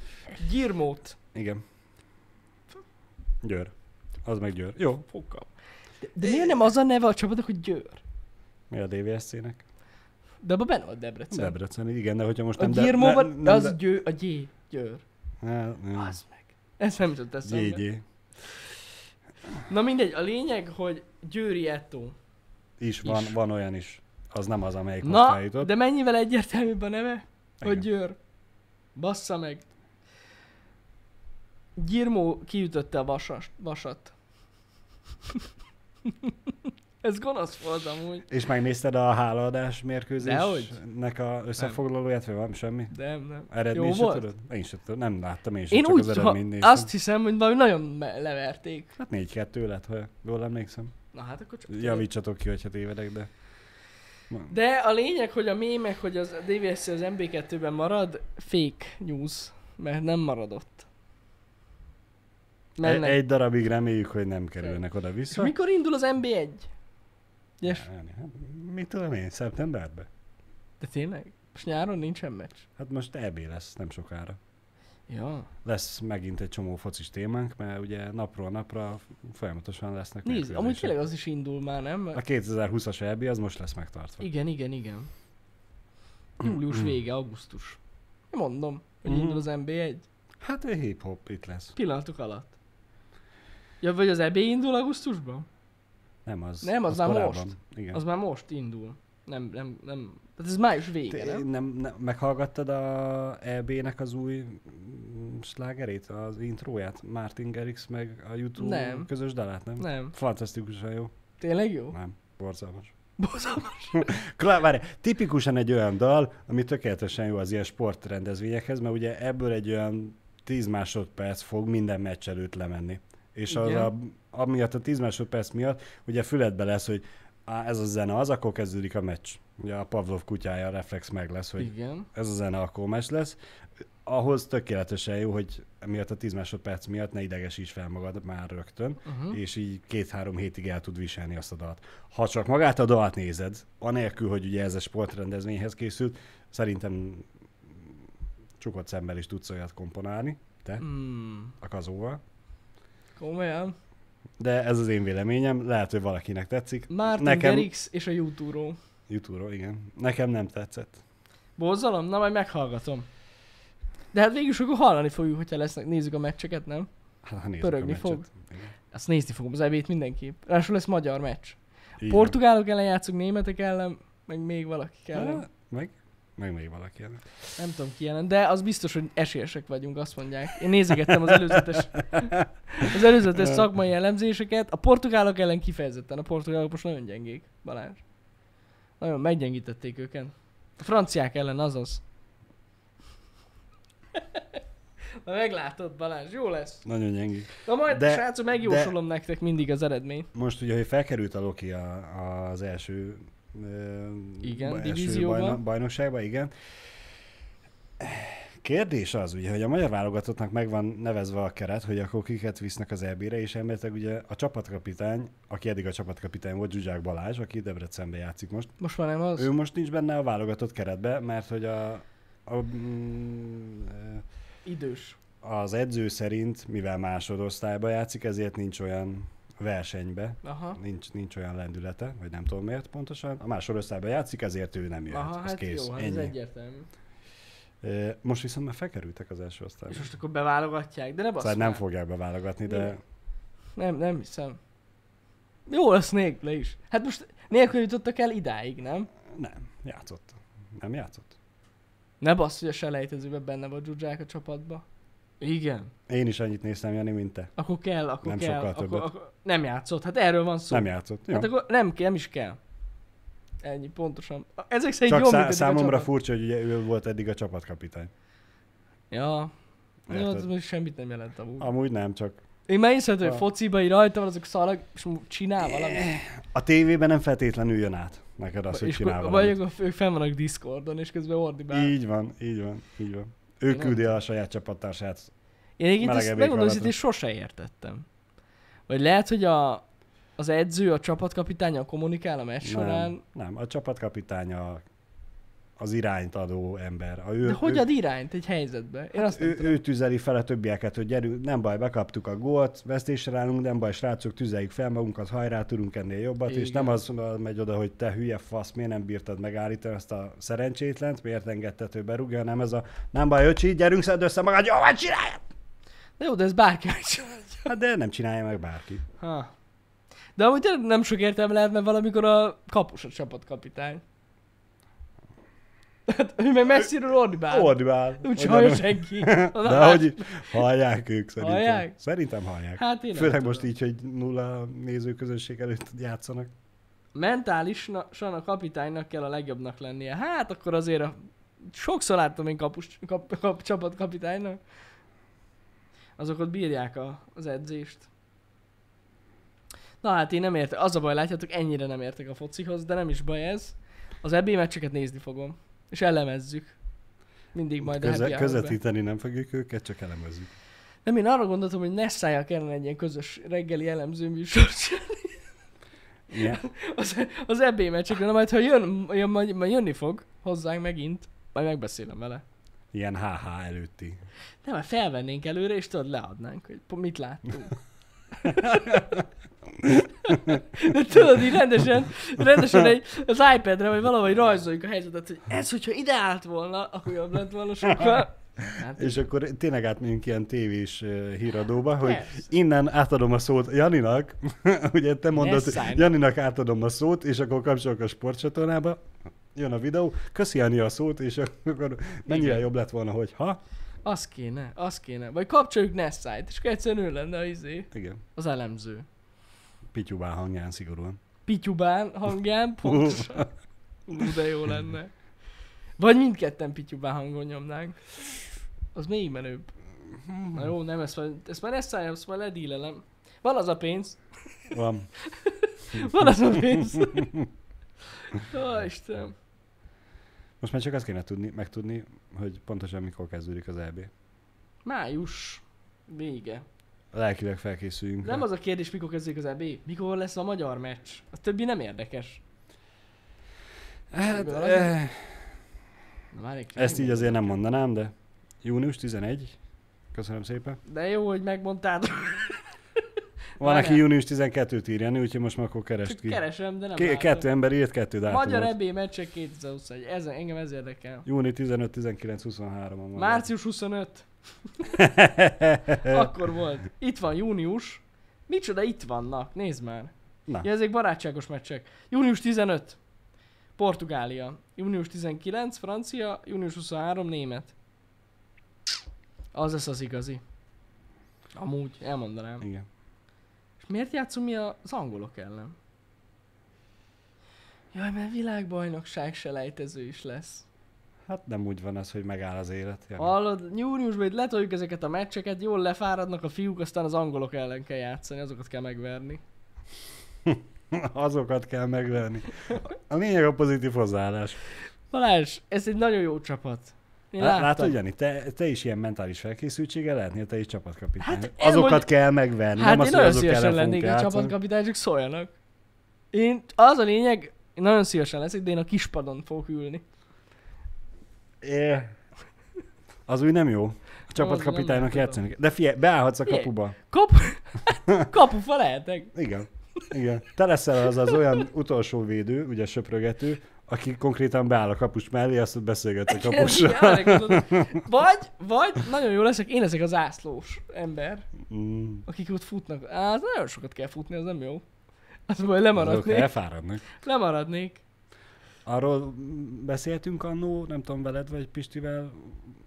Gyirmót. Igen. Győr. Az meg Győr. Jó. Fokkal. De, de miért nem az a neve a csapatnak, hogy Győr? Mi a DVSC-nek? De abban benne van Debrecen. Debrecen, igen, de hogyha most A nem... de- Gyirmóban ne- nem az de- Győ, a G. Győr. Hát, nem. Az meg. Ez nem jutott eszembe. GG. Na mindegy, a lényeg, hogy Győri Eto. Is van, Is. van olyan is. Az nem az, amelyik most Na, eljutott. de mennyivel egyértelműbb a neve? Hogy Igen. Győr. Bassza meg. Gyirmó kiütötte a vasas, vasat. Ez gonosz volt amúgy. És megnézted a hálaadás mérkőzésnek a összefoglalóját, vagy valami semmi? Nem, nem. Eredmény Jó se volt? tudod? Én sem tudom, nem láttam én sem, Én csak úgy, az ha eredményt néztem. azt hiszem, hogy valami nagyon me- leverték. Hát 4-2 lett, ha jól emlékszem. Na hát akkor csak... Javítsatok ki, hogyha tévedek, de Ma- De a lényeg, hogy a mémek, hogy az a DVSC az MB2-ben marad, fake news, mert nem maradott. E- Mennek. egy darabig reméljük, hogy nem kerülnek És oda-vissza. mikor indul az MB1? Yes. Hát, Mit tudom én, szeptemberben? De tényleg? És nyáron nincsen meccs. Hát most EB lesz nem sokára. Ja. Lesz megint egy csomó focis témánk, mert ugye napról napra folyamatosan lesznek Nézd, amúgy mérkőzések. tényleg az is indul már, nem? A 2020-as EB az most lesz megtartva. Igen, igen, igen. Július vége, augusztus. Mondom, hogy Mhm. indul az MB1. Hát egy hip-hop itt lesz. Pillanatok alatt. Ja, vagy az EB indul augusztusban? Nem az. Nem, az már korábban. most. Igen. Az már most indul. Nem, nem, nem. Tehát ez május vége, Te, nem? nem, nem, meghallgattad a EB-nek az új mm, slágerét, az intróját? Martin Garrix meg a YouTube Nem. közös dalát, nem? Nem. Fantasztikusan jó. Tényleg jó? Nem, borzalmas. Bozom. Klá- Várj, tipikusan egy olyan dal, ami tökéletesen jó az ilyen sportrendezvényekhez, mert ugye ebből egy olyan 10 másodperc fog minden meccs előtt lemenni. És az Igen. a, amiatt a 10 másodperc miatt ugye füledbe lesz, hogy á, ez a zene az, akkor kezdődik a meccs. Ugye a Pavlov kutyája a reflex meg lesz, hogy Igen. ez a zene akkor más lesz. Ahhoz tökéletesen jó, hogy miatt a 10 másodperc miatt ne idegesíts fel magad már rögtön, Uh-huh. és így két-három hétig el tud viselni azt a dalt. Ha csak magát a dalt nézed, anélkül, hogy ugye ez a sportrendezvényhez készült, szerintem csukott szemmel is tudsz olyat komponálni, te, Mm, a kazóval. komolyan. De ez az én véleményem, lehet, hogy valakinek tetszik. Martin Nekem... Nekem- Gerix és a youtube Youtube-ról, igen. Nekem nem tetszett. Bozzalom? Na majd meghallgatom. De hát végül is akkor hallani fogjuk, hogyha lesznek, nézzük a meccseket, nem? Hát, ha nézzük a Pörögni meccset. fog. Igen. Azt nézni fogom az ebét mindenképp. Ráadásul lesz magyar meccs. Így van. Portugálok ellen játszunk, németek ellen, meg még valakik ellen. Hát, Meg, meg még valaki. ellen. Nem tudom ki ellen, de az biztos, hogy esélyesek vagyunk, azt mondják. Én nézegettem az előzetes, az előzetes szakmai elemzéseket. A portugálok ellen kifejezetten. A portugálok most nagyon gyengék, Balázs. Nagyon meggyengítették őket. A franciák ellen azaz. Na meglátod, Balázs, jó lesz. Nagyon gyengék. Na majd, de, De- srácok, megjósolom nektek mindig az eredményt. Most ugye, hogy felkerült a Loki a, az első, ö, Igen, első divízióba. bajno- bajnokságba, igen. Kérdés az, ugye, hogy a magyar válogatottnak meg van nevezve a keret, hogy akkor kiket visznek az EB-re, és elméletileg ugye a csapatkapitány, aki eddig a csapatkapitány volt, Zsuzsák Balázs, aki Debrecenbe játszik most, Most már nem az. ő most nincs benne a válogatott keretbe, mert hogy a, a mm, ö, Idős. az edző szerint, mivel másodosztályba játszik, ezért nincs olyan versenybe, Aha. nincs, nincs olyan lendülete, vagy nem tudom miért pontosan. A másodosztályban játszik, ezért ő nem jöhet. Aha, ez hát kész. jó, hát ez Ennyi. egyértelmű. Ö, Most viszont már felkerültek az első osztályba. És most akkor beválogatják, de ne basz Szóval nem már. fogják beválogatni, de Minek? Nem, nem hiszem. Jó lesz nélküle is. Hát most nélkül jutottak el idáig, nem? nem, játszott. Nem játszott. Ne bassz, hogy a selejtezőben benne vagy Zsuzsák a csapatba. Igen. Én is annyit néztem, Jani, mint te. Akkor kell, akkor Nem kell. sokkal akkor, többet. akkor, nem játszott, hát erről van szó. Nem játszott. Jó. hát akkor nem, kell, nem is kell. Ennyi, pontosan. Ezek szerint Csak jól szá- működik a számomra csapat. furcsa, hogy ugye ő volt eddig a csapatkapitány. Ja. Jó, Érted? az most semmit nem jelent amúgy. Amúgy nem, csak Én már hiszem, hogy A- fociba így rajta van, azok szarag, és mo- csinál valamit. a tévében nem feltétlenül jön át neked az, hogy És csinál akkor- vagy valamit. akkor ők fenn vannak Discordon, és közben ordibál. Így van, így van, így van. Ő Én nem küldi el a saját csapattársát. Én egyébként ezt Melegebb megmondom, hogy éghajlatra. én sose értettem. Vagy lehet, hogy a, az edző a csapatkapitánya kommunikál a meccs során, Nem, nem, a csapatkapitánya az irányt adó ember. A ő, de hogy ő, Hát ad irányt egy helyzetbe? Én azt nem ő, tudom. ő tüzeli fel a többieket, hogy gyerünk, nem baj, bekaptuk a gólt, vesztésre állunk, nem baj, srácok, tüzeljük fel magunkat, hajrá, tudunk ennél jobbat, és Igen. nem az megy oda, hogy te hülye fasz, miért nem bírtad megállítani ezt a szerencsétlent, miért engedted, hogy berúgja, hanem ez a nem baj, öcsi, gyerünk, szedd össze magad, jó, van, csinálja! De jó, de ez bárki megcsinálja. Hát de nem csinálja meg bárki. Ha. De amúgy tényleg nem sok értelme lehet, mert valamikor a kapus a csapatkapitány. Hát, ő meg messziről ordibál. Ordibál. Úgy Oda- hallja senki. hát- De hogy hallják ők szerintem. Hallják? Szerintem hallják. Hát én nem Főleg tudom. most így, hogy nulla nézőközönség előtt játszanak. mentálisan a kapitánynak kell a legjobbnak lennie. Hát akkor azért a... sokszor láttam én kapus, kap, kap, csapatkapitánynak. Azok ott bírják a, az edzést. Na hát én nem értek, az a baj, látjátok, ennyire nem értek a focihoz, de nem is baj ez. Az EB meccseket nézni fogom. És elemezzük. Mindig majd a happy Köze- hour-ben. közvetíteni nem fogjuk őket, csak elemezzük. Nem, én arra gondoltam, hogy Nessája kellene egy ilyen közös reggeli elemző műsort csinálni. Ilyen, az, az EB meccsekre, na majd ha jön, jön majd, majd jönni fog hozzánk megint, majd megbeszélem vele. ilyen HH előtti. Nem, mert felvennénk előre, és tudod, leadnánk, hogy po- mit láttunk. De tudod, így rendesen, rendesen egy, az iPad-re, vagy valahogy rajzoljuk a helyzetet, hogy ez, hogyha ide állt volna, akkor jobb lett volna sokkal. Hát, És akkor tényleg átmegyünk ilyen tévés ö, híradóba, hogy Persze. innen átadom a szót Janinak, ugye te mondod, Ne szállj. Janinak átadom a szót, és akkor kapcsolok a sportcsatornába, jön a videó, köszi Jani a szót, és akkor mennyire Igen. jobb lett volna, hogy ha, az kéne, az kéne. Vagy kapcsoljuk Nessájt, és akkor egyszerűen ő lenne az, izé, igen, az elemző. Pityubá hangján szigorúan. Pityubán hangján, pontosan. Ú, de jó lenne. Vagy mindketten Pityubán hangon nyomnánk. Az még menőbb. Na jó, nem, ezt már, ezt már ezt szálljam, ezt már ledílelem. Van az a pénz. Van. Van az a pénz. Ó, Istenem. Most már csak azt kéne tudni, megtudni, hogy pontosan mikor kezdődik az E EB. Május vége. Lelkileg felkészüljünk. Nem rá. az a kérdés, mikor kezdődik az EB. Mikor lesz a magyar meccs? A többi nem érdekes. Hát, Valami? eh, Na, már egy ezt így azért nem mondanám, de június 11. Köszönöm szépen. De jó, hogy megmondtád. Van, Várjál. aki június 12-t írja, Jani, úgyhogy most már akkor kerest Csak ki. keresem, de nem Ké- látom. kettő ember írt kettő dátumot. Magyar E EB meccsek 2021. Ez, engem ez érdekel. Júni 15, 19, 23 on van. Március 25. E. Akkor volt. Itt van június. Micsoda itt vannak, nézd már. Na, Ja, ezek barátságos meccsek. Június 15. Portugália. Június 19. Francia. Június 23. Német. Az lesz az igazi. Amúgy, elmondanám. igen. És miért játszunk mi az angolok ellen? Jaj, mert világbajnokság selejtező is lesz. Hát nem úgy van ez, hogy megáll az élet. Jani. Hallod, júniusban itt letoljuk ezeket a meccseket, jól lefáradnak a fiúk, aztán az angolok ellen kell játszani, azokat kell megverni. Azokat kell megvenni. A lényeg a pozitív hozzáállás. Balázs, ez egy nagyon jó csapat. Én Lá- láttam. Látod, Jani, te, te is ilyen mentális felkészültséggel lehetnél, te is csapatkapitány. Hát Hát, elmondj- azokat kell megverni, Hát nem én azt, hogy nagyon azok szívesen ellen fogunk lennék a játszani. csapatkapitány, csak szóljanak. Én, az a lényeg, én nagyon szívesen leszek, de én a kispadon fogok ülni. É. Az úgy nem jó. A csapatkapitánynak tudom. játszani. kell. De figyelj, beállhatsz a Figyelj. kapuba. Kap... Kapufa lehetek. Igen. Igen. Te leszel az az olyan utolsó védő, ugye söprögető, aki konkrétan beáll a kapus mellé, azt beszélget a kapussal. Igen, erre gondoltam. Vagy, vagy nagyon jó leszek, én leszek az ászlós ember, Mm. akik ott futnak. Á, az nagyon sokat kell futni, az nem jó. Az majd Azok lemaradnék. elfáradnak. Lemaradnék. Arról beszéltünk annó, nem tudom veled vagy Pistivel,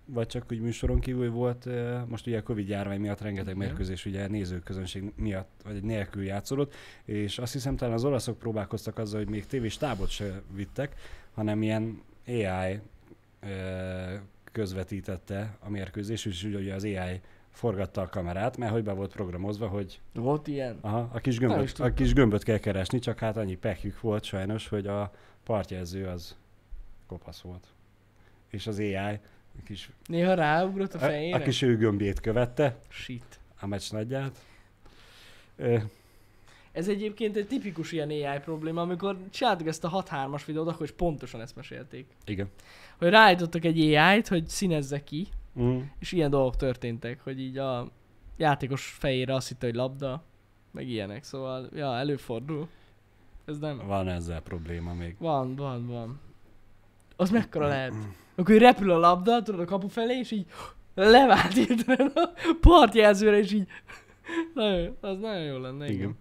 vagy csak úgy műsoron kívül volt, ö, most ugye a Covid járvány miatt rengeteg Igen. mérkőzés ugye nézőközönség miatt, vagy nélkül játszódott, és azt hiszem talán az olaszok próbálkoztak azzal, hogy még tévés tábot se vittek, hanem ilyen AI ö, közvetítette a mérkőzés, és ugye az AI forgatta a kamerát, mert hogy be volt programozva, hogy Volt ilyen. Aha, a kis, Nem is gömböt, tudtam. a kis gömböt kell keresni, csak hát annyi pekjük volt sajnos, hogy a partjelző az kopasz volt. És az AI a kis, Néha ráugrott a E, a, fejére. a kis ő gömbjét követte, Shit. a meccs nagyját. Ö, Ez egyébként egy tipikus ilyen AI probléma, amikor csináltuk ezt a 6-3-as videót, akkor is pontosan ezt mesélték. igen. Hogy ráállítottak egy AI-t, hogy színezze ki, Mm. és ilyen dolgok történtek, hogy így a játékos fejére azt hitte, hogy labda, meg ilyenek, szóval, ja, előfordul. Ez nem... Van ezzel probléma még. Van, van, van. Az mekkora lehet? Akkor így repül a labda, tudod, a kapu felé, és így levált hirtelen a partjelzőre, és így... Nagyon, jó, az nagyon jó lenne, igen. Igen.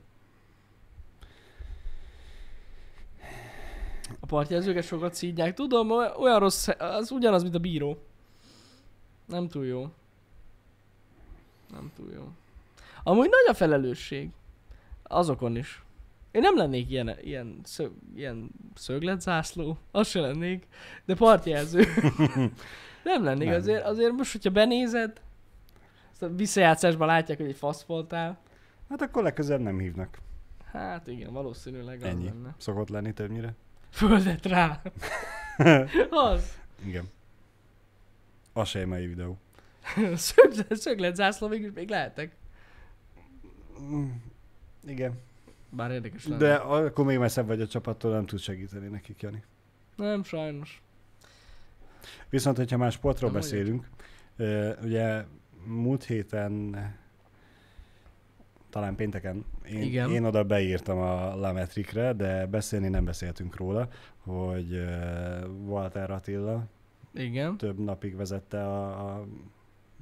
A partjelzőket sokat szídják. Tudom, oly- olyan rossz, az ugyanaz, mint a bíró. Nem túl jó. Nem túl jó. Amúgy nagy a felelősség. Azokon is. Én nem lennék ilyen, ilyen, szög, ilyen szögletzászló, az se lennék, de partjelző. nem lennék, Nem. Azért, azért most, hogyha benézed, azt a visszajátszásban látják, hogy egy fasz voltál. Hát akkor legközelebb nem hívnak. Hát igen, valószínűleg az Ennyi. lenne. Szokott lenni többnyire. földet rá. Az. Igen. A se egy mai videó. Szög, szöglet zászló mégis még lehetek. Mm, Igen. Bár érdekes lenne. De akkor még messzebb vagy a csapattól, nem tud segíteni nekik, Jani. Nem, sajnos. Viszont, hogyha már sportról Nem vagyok. beszélünk, ö, ugye múlt héten, talán pénteken, én, Igen. én oda beírtam a Lametrikre, de beszélni nem beszéltünk róla, hogy ö, Walter Attila Igen. több napig vezette a, a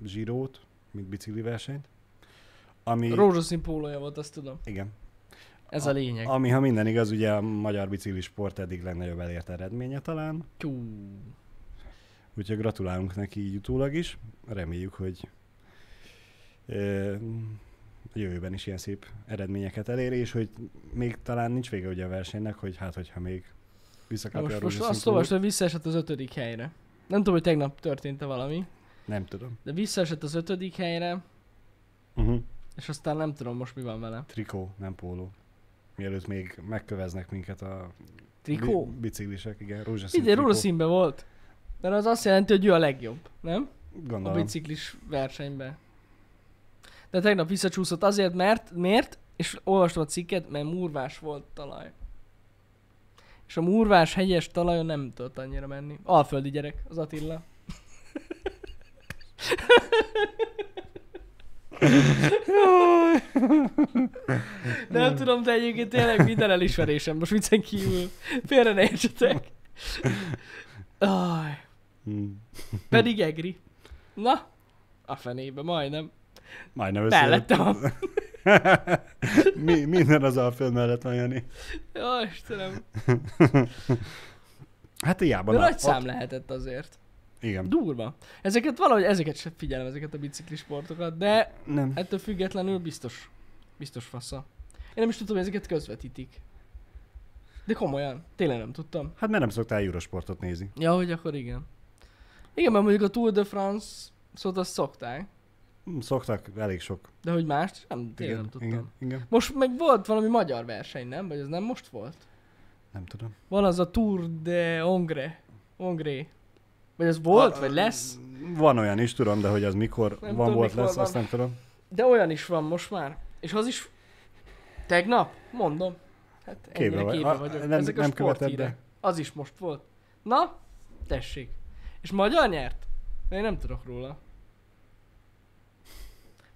zsírót, mint bicikli versenyt. Ami, Rózsaszín pólója volt, azt tudom. igen, Ez a lényeg. ami, ha minden igaz, ugye a magyar bicikli sport eddig legnagyobb elért eredménye talán, Tyú. Úgyhogy gratulálunk neki így utólag is. Reméljük, hogy ö, a jövőben is ilyen szép eredményeket elér, és hogy még talán nincs vége ugye a versenynek, hogy hát, hogyha még visszakapja Most, a most rózsaszín azt olvastam, pólót. hogy visszaesett az ötödik helyre. Nem tudom, hogy tegnap történt-e valami, Nem tudom. de visszaesett az ötödik helyre, Mhm. Uh-huh. és aztán nem tudom most mi van vele. Trikó, nem póló. Mielőtt még megköveznek minket a Trikó? bi- biciklisek, igen, rózsaszín Minden trikó. rózsaszínbe volt. Mert az azt jelenti, hogy ő a legjobb, nem? a Gondolom. biciklis versenybe. De tegnap visszacsúszott azért, mert miért? És olvastam a cikket, mert murvás volt talaj. És a murvás hegyes talajon nem tudott annyira menni. Alföldi gyerek, az Attila. nem tudom, de egyébként tényleg minden elismerésem. Most viccen kívül. Félre ne értsetek. Aj. Hmm. Pedig egri. Na, a fenébe, majdnem. Majdnem össze. Mellettem a... Mi, minden az Alföld mellett van, Jani. Jó, Istenem. Hát hiába. De na- nagy szám lehetett azért. Igen. Durva. Ezeket valahogy, ezeket sem figyelem, ezeket a biciklisportokat, de Nem. ettől függetlenül biztos. Biztos fasza. Én nem is tudtam, hogy ezeket közvetítik. De komolyan, tényleg nem tudtam. Hát mert nem szoktál Eurosportot nézni. Ja, hogy akkor igen. Igen, mert mondjuk a Tour de France szót azt szokták, Mm, Szoktak elég sok. de hogy mást, nem, tényleg Igen, nem tudtam. igen, igen. Most meg volt valami magyar verseny, nem? Vagy ez nem most volt? Nem tudom. Van az a Tour de Hongre. Hongré. Vagy az volt, A- vagy lesz. Van olyan is, tudom, de hogy az mikor Nem nem van, tudom, volt, mikor lesz, van. azt nem tudom. De olyan is van most már. És az is tegnap, mondom. Hát Képbe ennyire vagy. képbe A- vagyok. nem- Ezek a nem követed, sporthírek. Az is most volt. Na, tessék. És magyar nyert? De én nem tudok róla.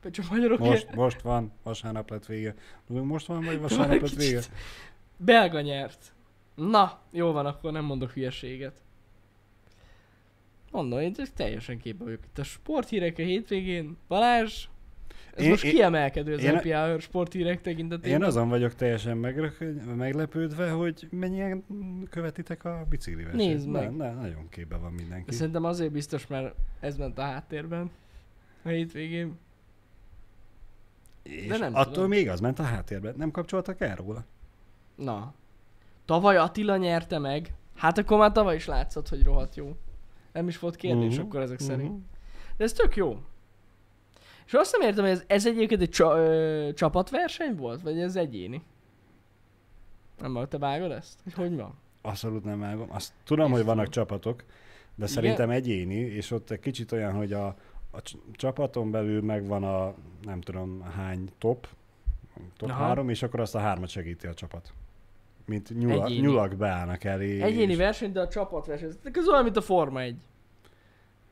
Vagy csak magyarok Most, most van, vasárnap lett vége. Most van, vagy vasárnap lett Kicsit. vége? Belga nyert. Na, jó van, akkor nem mondok hülyeséget. Mondom, én csak teljesen képbe vagyok itt a sporthírek a hétvégén. Balázs, ez Én- most én- kiemelkedő az én- én, Hour sporthírek Én tekintetében. azon vagyok teljesen megrök- meglepődve, hogy mennyien követitek a bicikli versenyt. Nézd meg. Na, na, nagyon képbe van De mindenki. Szerintem azért biztos, mert ez ment a háttérben a hétvégén. És de nem attól tudom. még az ment a háttérben. Nem kapcsoltak el róla? Na. Tavaly Attila nyerte meg. Hát akkor már tavaly is látszott, hogy rohadt jó. Nem is volt kérdés Mhm, akkor ezek szerint. Mhm. De ez tök jó. És azt nem értem, hogy ez, ez egyébként egy csa, ö, csapatverseny volt, vagy ez egyéni? Nem, mert te vágod ezt? Hogy hogy van? Abszolút nem vágom. Azt tudom, hogy vannak csapatok, de szerintem egyéni, és ott egy kicsit olyan, hogy a, a cs- csapaton belül megvan a nem tudom hány top, top Aha. három, és akkor azt a hármat segíti a csapat. Mint nyula, Egyéni. nyulak beállnak elé. Egyéni és... verseny, de a csapatverseny. Ez ez olyan, mint a Forma 1.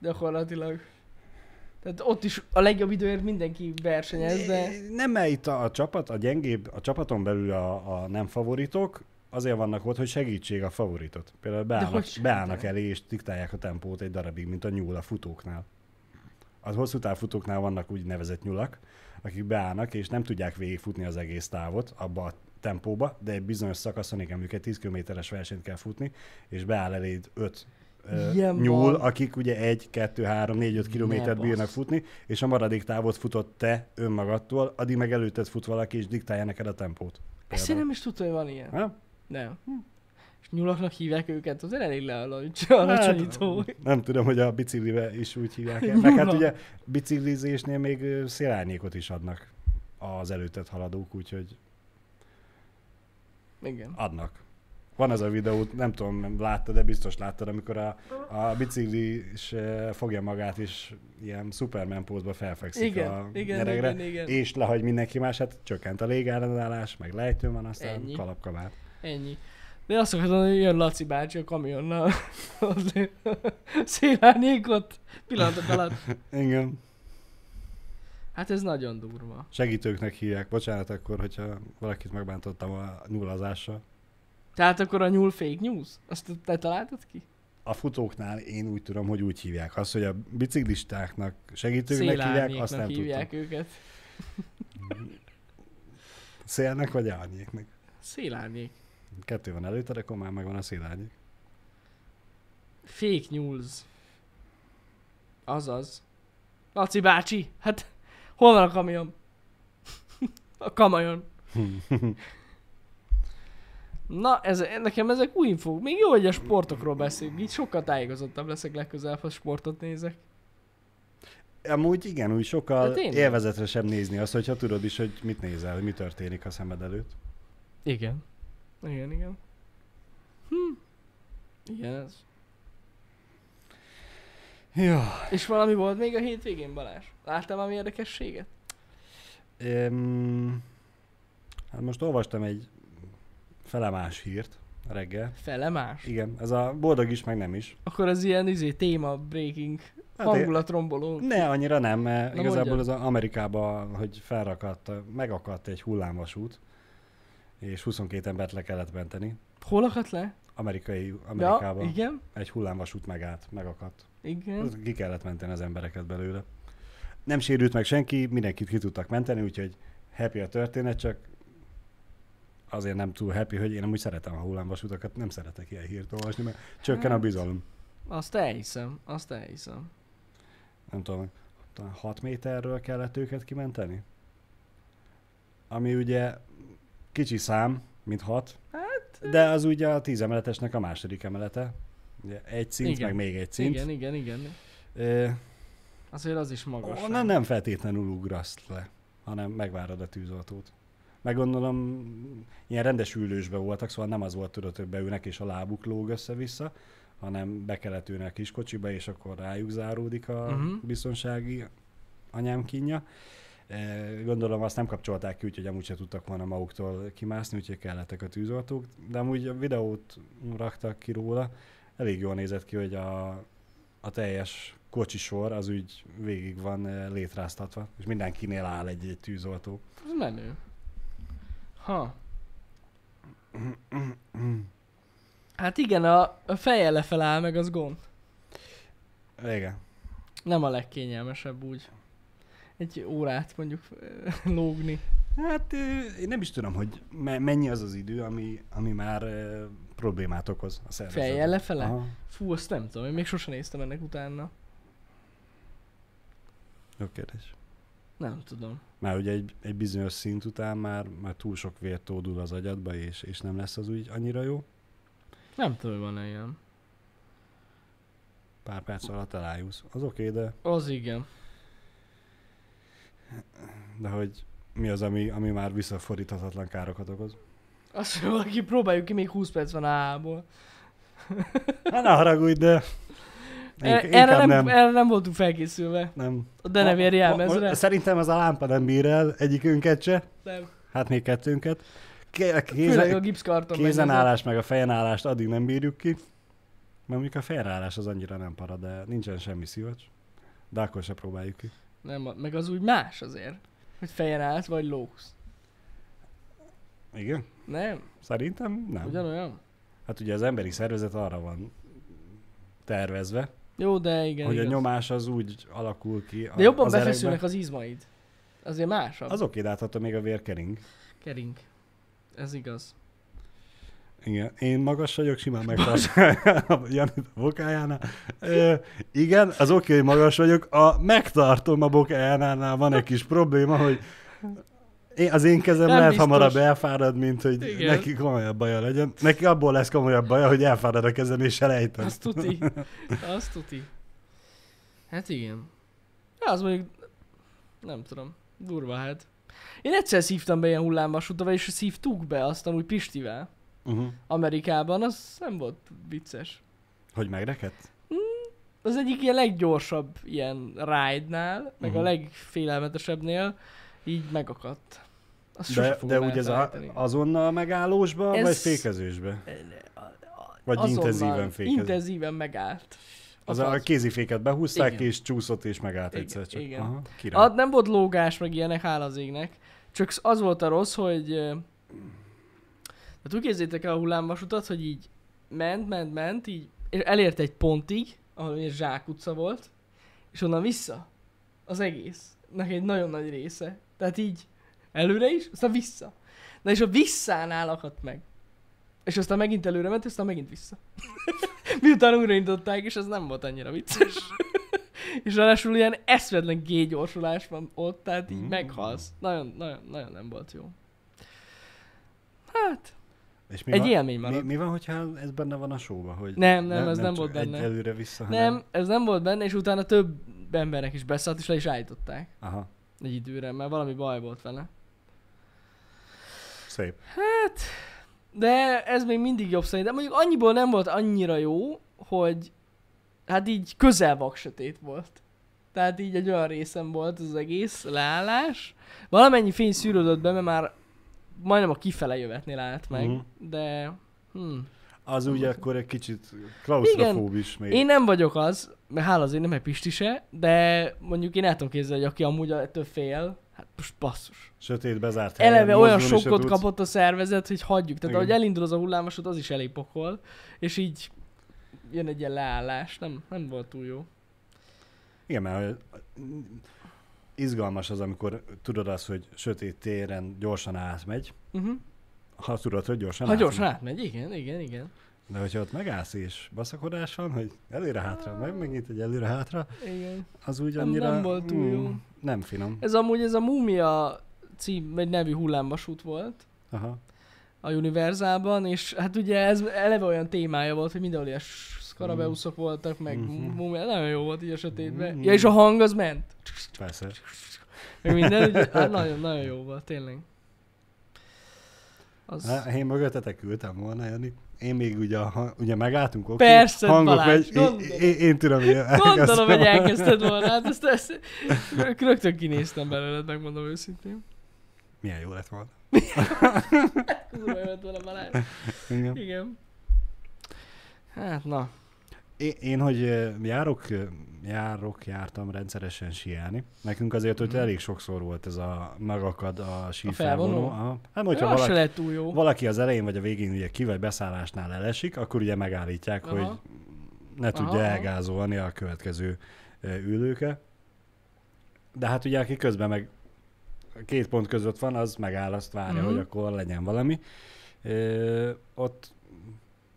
Gyakorlatilag. Tehát ott is a legjobb időért mindenki versenyez, de... Nem, mert itt a, a csapat, a gyengébb, a csapaton belül a, a nem favoritok, azért vannak ott, hogy segítség a favoritot. Például beállnak, hogy segítenek? beállnak elé, és diktálják a tempót egy darabig, mint a nyúl a futóknál. Az hosszú távfutóknál vannak úgynevezett nyulak, akik beállnak, és nem tudják végigfutni az egész távot abba a tempóba, de egy bizonyos szakaszon, igen, mondjuk egy 10 kilométeres versenyt kell futni, és beáll eléd 5 Ilyen nyúl, van. akik ugye 1, 2, 3, 4, 5 kilométert Ne bírnak bassz. futni, és a maradék távot futott te önmagadtól, addig meg előtted fut valaki, és diktálja neked a tempót. Ezt én nem is tudtam, hogy van ilyen. Ha? Nem. Hm. És nyulaknak hívják őket, az elég Hát, lealacsonyító. nem tudom, hogy a biciklivel is úgy hívják el. Meg hát Nyúlva. ugye biciklizésnél még ö, szélárnyékot is adnak az előtted haladók, úgyhogy Igen. adnak. Van ez a videót, nem tudom, láttad, de biztos láttad, amikor a, a bicikli is eh, fogja magát, és ilyen Superman pózba felfekszik Igen, a igen, nyeregre, igen, igen. és lehagy mindenki más, hát csökkent a légállás, meg lejtő van, aztán Ennyi. Ennyi. kalapkabát. Ennyi. De azt akartam, hogy jön Laci bácsi a kamionnal. Szélárnyékot pillanatok alatt. Igen. Hát ez nagyon durva. Segítőknek hívják, bocsánat akkor, hogyha valakit megbántottam a nyúlazással. Tehát akkor a nyúl fake news? Azt te találtad ki? a futóknál én úgy tudom, hogy úgy hívják. Az, hogy a biciklistáknak segítőknek hívják, azt nem hívják hívják. tudtam. őket. Szélnek vagy árnyéknak? Szélárnyék. Kettő van előtted, akkor már megvan a szélárnyék. Fake news. Azaz. Laci bácsi, hát hol van a kamion? a kamajon. Na, ez, nekem ezek új infók. Még jó, hogy a sportokról beszélünk. Így sokkal tájékozottabb leszek legközelebb, ha sportot nézek. Amúgy igen, úgy De sokkal tényleg. élvezetesebb nézni azt, hogyha tudod is, hogy mit nézel, hogy mi történik a szemed előtt. Igen. Igen, igen. Hm. Igen, ez. Jó. És valami volt még a hétvégén, Balázs? Láttál valami érdekességet? Um, hát most olvastam egy felemás hírt reggel. Fele más. Igen, ez a boldog is, meg nem is. Akkor az ilyen izé, téma breaking, Hát én- hangulatromboló. Ne, annyira nem, mert Na, igazából mondjad. az Amerikában, hogy felrakadt, megakadt egy hullámvasút, és 22 embert le kellett menteni. Hol akadt le? Amerikai, Ja, Amerikában ja, igen. egy hullámvasút megállt, megakadt. Igen. Ki kellett menteni az embereket belőle. Nem sérült meg senki, mindenkit ki tudtak menteni, úgyhogy happy a történet, csak azért nem túl happy, hogy én amúgy szeretem a hullámvasutakat, nem szeretek ilyen hírt olvasni, mert csökken a Hát. bizalom. Azt elhiszem, azt elhiszem. nem tudom, talán 6 méterről kellett őket kimenteni? Ami ugye kicsi szám, mint 6, hát, de az ugye a 10 emeletesnek a második emelete. Ugye egy szint, Igen. igen. meg még egy szint. Igen, igen, igen. Ö, Azért az is magas. onnan nem feltétlenül ugrasz le, hanem megvárod a tűzoltót. Meggondolom, ilyen rendes ülősbe voltak, szóval nem az volt tudod, hogy beülnek és a lábuk lóg össze-vissza, hanem be kellett ülni a kiskocsiba, és akkor rájuk záródik a Mhm. uh-huh. biztonsági anyám kínja. E, Gondolom azt nem kapcsolták ki, úgyhogy amúgy se tudtak volna maguktól kimászni, úgyhogy kellettek a tűzoltók, de amúgy a videót raktak ki róla, elég jól nézett ki, hogy a, a teljes kocsisor az úgy végig van e, létráztatva, és mindenkinél áll egy, egy tűzoltó. Ez menő. Ha. Hát igen, a, a feje lefelé áll meg, az gond. Igen. Nem a legkényelmesebb úgy. Egy órát mondjuk lógni. Hát ö, én nem is tudom, hogy me- mennyi az az idő, ami, ami már ö, problémát okoz a szervezetben. Fejjel lefele? Aha. Fú, azt nem tudom, én még sosem néztem ennek utána. Jó kérdés. Nem tudom. Már ugye egy, egy bizonyos szint után már, már túl sok vér tódul az agyadba, és, és nem lesz az úgy annyira jó. Nem tudom, hogy van-e ilyen. Pár perc alatt elájulsz. Az oké, okay, de, Az igen. de hogy mi az, ami, ami már visszafordíthatatlan károkat okoz? Azt mondja, valaki próbáljuk ki, még 20 perc van a ból Hát ne haragudj, de Erre, ink- E, erre, inkább nem, nem. erre nem voltunk felkészülve. nem. A denevér Ma- ma- ma- jelmezre. Szerintem ez a lámpa nem bír el egyikünket se, Nem. hát még kettőnket. Ké- Főleg a Kézen, gipszkarton. megnézed. kézenállás meg a fejenállást addig nem bírjuk ki. Mert mondjuk a fejenállás az annyira nem para, de nincsen semmi szivacs. De akkor se próbáljuk ki. Nem, a- meg az úgy más azért, hogy fejen állsz, vagy lóksz. Igen? Nem? Szerintem nem. Ugyanolyan? Hát ugye az emberi szervezet arra van tervezve, Jó, de igen, hogy igaz. a nyomás az úgy alakul ki. a- De jobban az befeszülnek erekbe. az izmaid. Azért másabb. Az... Az oké, de hát attól még a vérkering. Kering. Ez igaz. Igen, én magas vagyok, simán megtartom a Jani bokájánál. Ö, igen, az oké, hogy magas vagyok, a megtartom a bokájánál van egy kis probléma, hogy én, az én kezem Nem lehet biztos. hamarabb elfárad, mint hogy Igen. igen. neki komolyabb baja legyen. Neki abból lesz komolyabb baja, hogy elfárad a kezem és elejtem. Azt tuti. Azt tuti. Hát igen. Ja, az mondjuk... Nem tudom. Durva hát. Én egyszer szívtam be ilyen hullámvasútba, és szívtuk be azt amúgy Pistivel. Uh-huh. Amerikában, az nem volt vicces. Hogy megrekedt? Az egyik ilyen leggyorsabb ilyen ride-nál, meg Mhm. a legfélelmetesebbnél így megakadt. Azt sose De, fogom de úgy ez a, elfelejteni. azonnal megállósba, Ez- vagy fékezősbe? Vagy intenzíven fékez. Intenzíven megállt. Az a kéziféket behúzták, Igen. és csúszott, és megállt Igen, egyszer csak. igen. Aha, király. Ad, nem volt lógás, meg ilyenek, hála az égnek. Csak az volt a rossz, hogy... ö, Tehát úgy képzétek el a hullámvasutat, hogy így ment, ment, ment, így és elért egy pontig, ahol egy zsákutca volt, és onnan vissza. Az egész. Nek egy nagyon nagy része. Tehát így előre is, aztán vissza. Na és a visszánál akadt meg. És aztán megint előre ment, és aztán megint vissza. Miután újraindították, és ez nem volt annyira vicces. és ráadásul ilyen eszvetlen gégyorsulás van ott, tehát így Mm. meghalsz. Nagyon, nagyon, nagyon nem volt jó. És mi Mi egy van, élmény mi, maradt. mi van, hogyha ez benne van a sóba? Hogy Nem, nem, ez nem csak volt benne. Egy előre vissza, Nem, ez nem volt benne, és utána több embernek is beszállt, és le is állították Aha, egy időre, mert valami baj volt vele. szép. De ez még mindig jobb szerintem. Mondjuk annyiból nem volt annyira jó, hogy hát így közel vaksötét volt. Tehát így egy olyan részem volt az egész leállás. Valamennyi fény szűrődött be, mert már majdnem a kifele jövetnél állt meg. Mhm. De hm. Az Nem ugye volt. akkor egy kicsit klaustrofóbis még. én nem vagyok az, mert hála azért nem egy Pisti se, de mondjuk én el tudom képzelni, hogy aki amúgy ettől fél, hát most basszus. Sötét bezárt helyen, eleve olyan mozdulni se sokkot tudsz. kapott a szervezet, hogy hagyjuk. Tehát Igen. ahogy elindul az a hullámosod, az is elég pokol. És így jön egy ilyen leállás. Nem, nem volt túl jó. Igen, mert hogy izgalmas az, amikor tudod azt, hogy sötét téren gyorsan átmegy, Uh-huh. ha tudod, hogy gyorsan Ha átmegy. gyorsan átmegy, igen, igen, igen. De hogyha ott megállsz és baszakodás van, hogy előre-hátra, meg megint egy előre-hátra, igen. az úgy Nem- annyira... nem volt túl jó. Mm, Nem finom. Ez amúgy ez a Múmia cím, vagy nevű hullámvasút volt Aha. a Univerzában, és hát ugye ez eleve olyan témája volt, hogy mindenhol ilyen skarabeuszok voltak, meg Mhm. múmia, nagyon jó volt így a sötétben. Mhm. Ja, és a hang az ment. Persze. Meg minden, ugye, hát nagyon, nagyon jó volt, tényleg. Az... Hát, én mögöttetek ültem volna, Jani. Én még ugye, a hang- ugye megálltunk, oké? Persze, hangok Balázs, megy, én, gondolom. én, én, tudom, hogy Gondolom, hogy elkezdtem. elkezdted volna, hát ezt, ezt rö- rögtön kinéztem belőled, megmondom őszintén. Milyen jó lett volna. Kurva jó lett volna Balázs. Igen. Igen. Hát na. Én, én, hogy ö, járok, ö, járok, jártam rendszeresen síelni. Nekünk azért, hogy Mhm. elég sokszor volt ez a megakad a felvonó? sífelvonó. Aha. Hát, Hogyha hogyha az se valaki, lett túl jó. valaki az elején vagy a végén ugye ki vagy beszállásnál elesik, akkor ugye megállítják, Aha. hogy ne Aha, tudja aha. elgázolni a következő ö, ülőke. De hát ugye aki közben meg két pont között van, az megáll, azt várja, Mhm. hogy akkor legyen valami. Ö, ott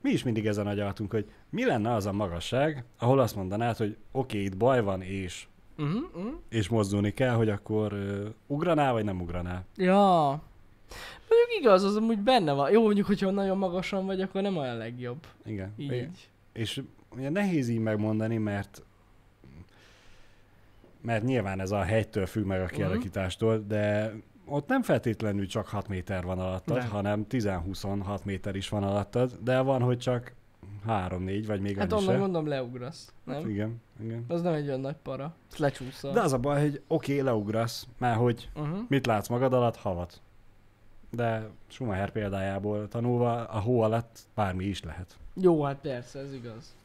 mi is mindig ezen agyaltunk, hogy mi lenne az a magasság, ahol azt mondanád, hogy oké, itt baj van, és, Uh-huh, uh-huh. és mozdulni kell, hogy akkor ö, ugranál, vagy nem ugranál. Ja. Mondjuk igaz, az amúgy benne van. Jó, mondjuk, hogyha nagyon magasan vagy, akkor nem olyan legjobb. Igen. É- Így. És ugye nehéz így megmondani, mert mert nyilván ez a helytől függ Mhm. meg a kialakítástól, de ott nem feltétlenül csak 6 méter van alattad, Nem. hanem 10-26 méter is van alattad, de van, hogy csak 3-4, vagy még Hát annyi onnan se. gondolom leugrasz, nem? eh? Igen, igen. Az nem egy olyan nagy para. Ezt lecsúszol. De az a baj, hogy oké, okay, leugrasz, már hogy Uh-huh. mit látsz magad alatt, havat. De Schumacher példájából tanulva, a hó alatt bármi is lehet. Jó, hát persze, ez igaz.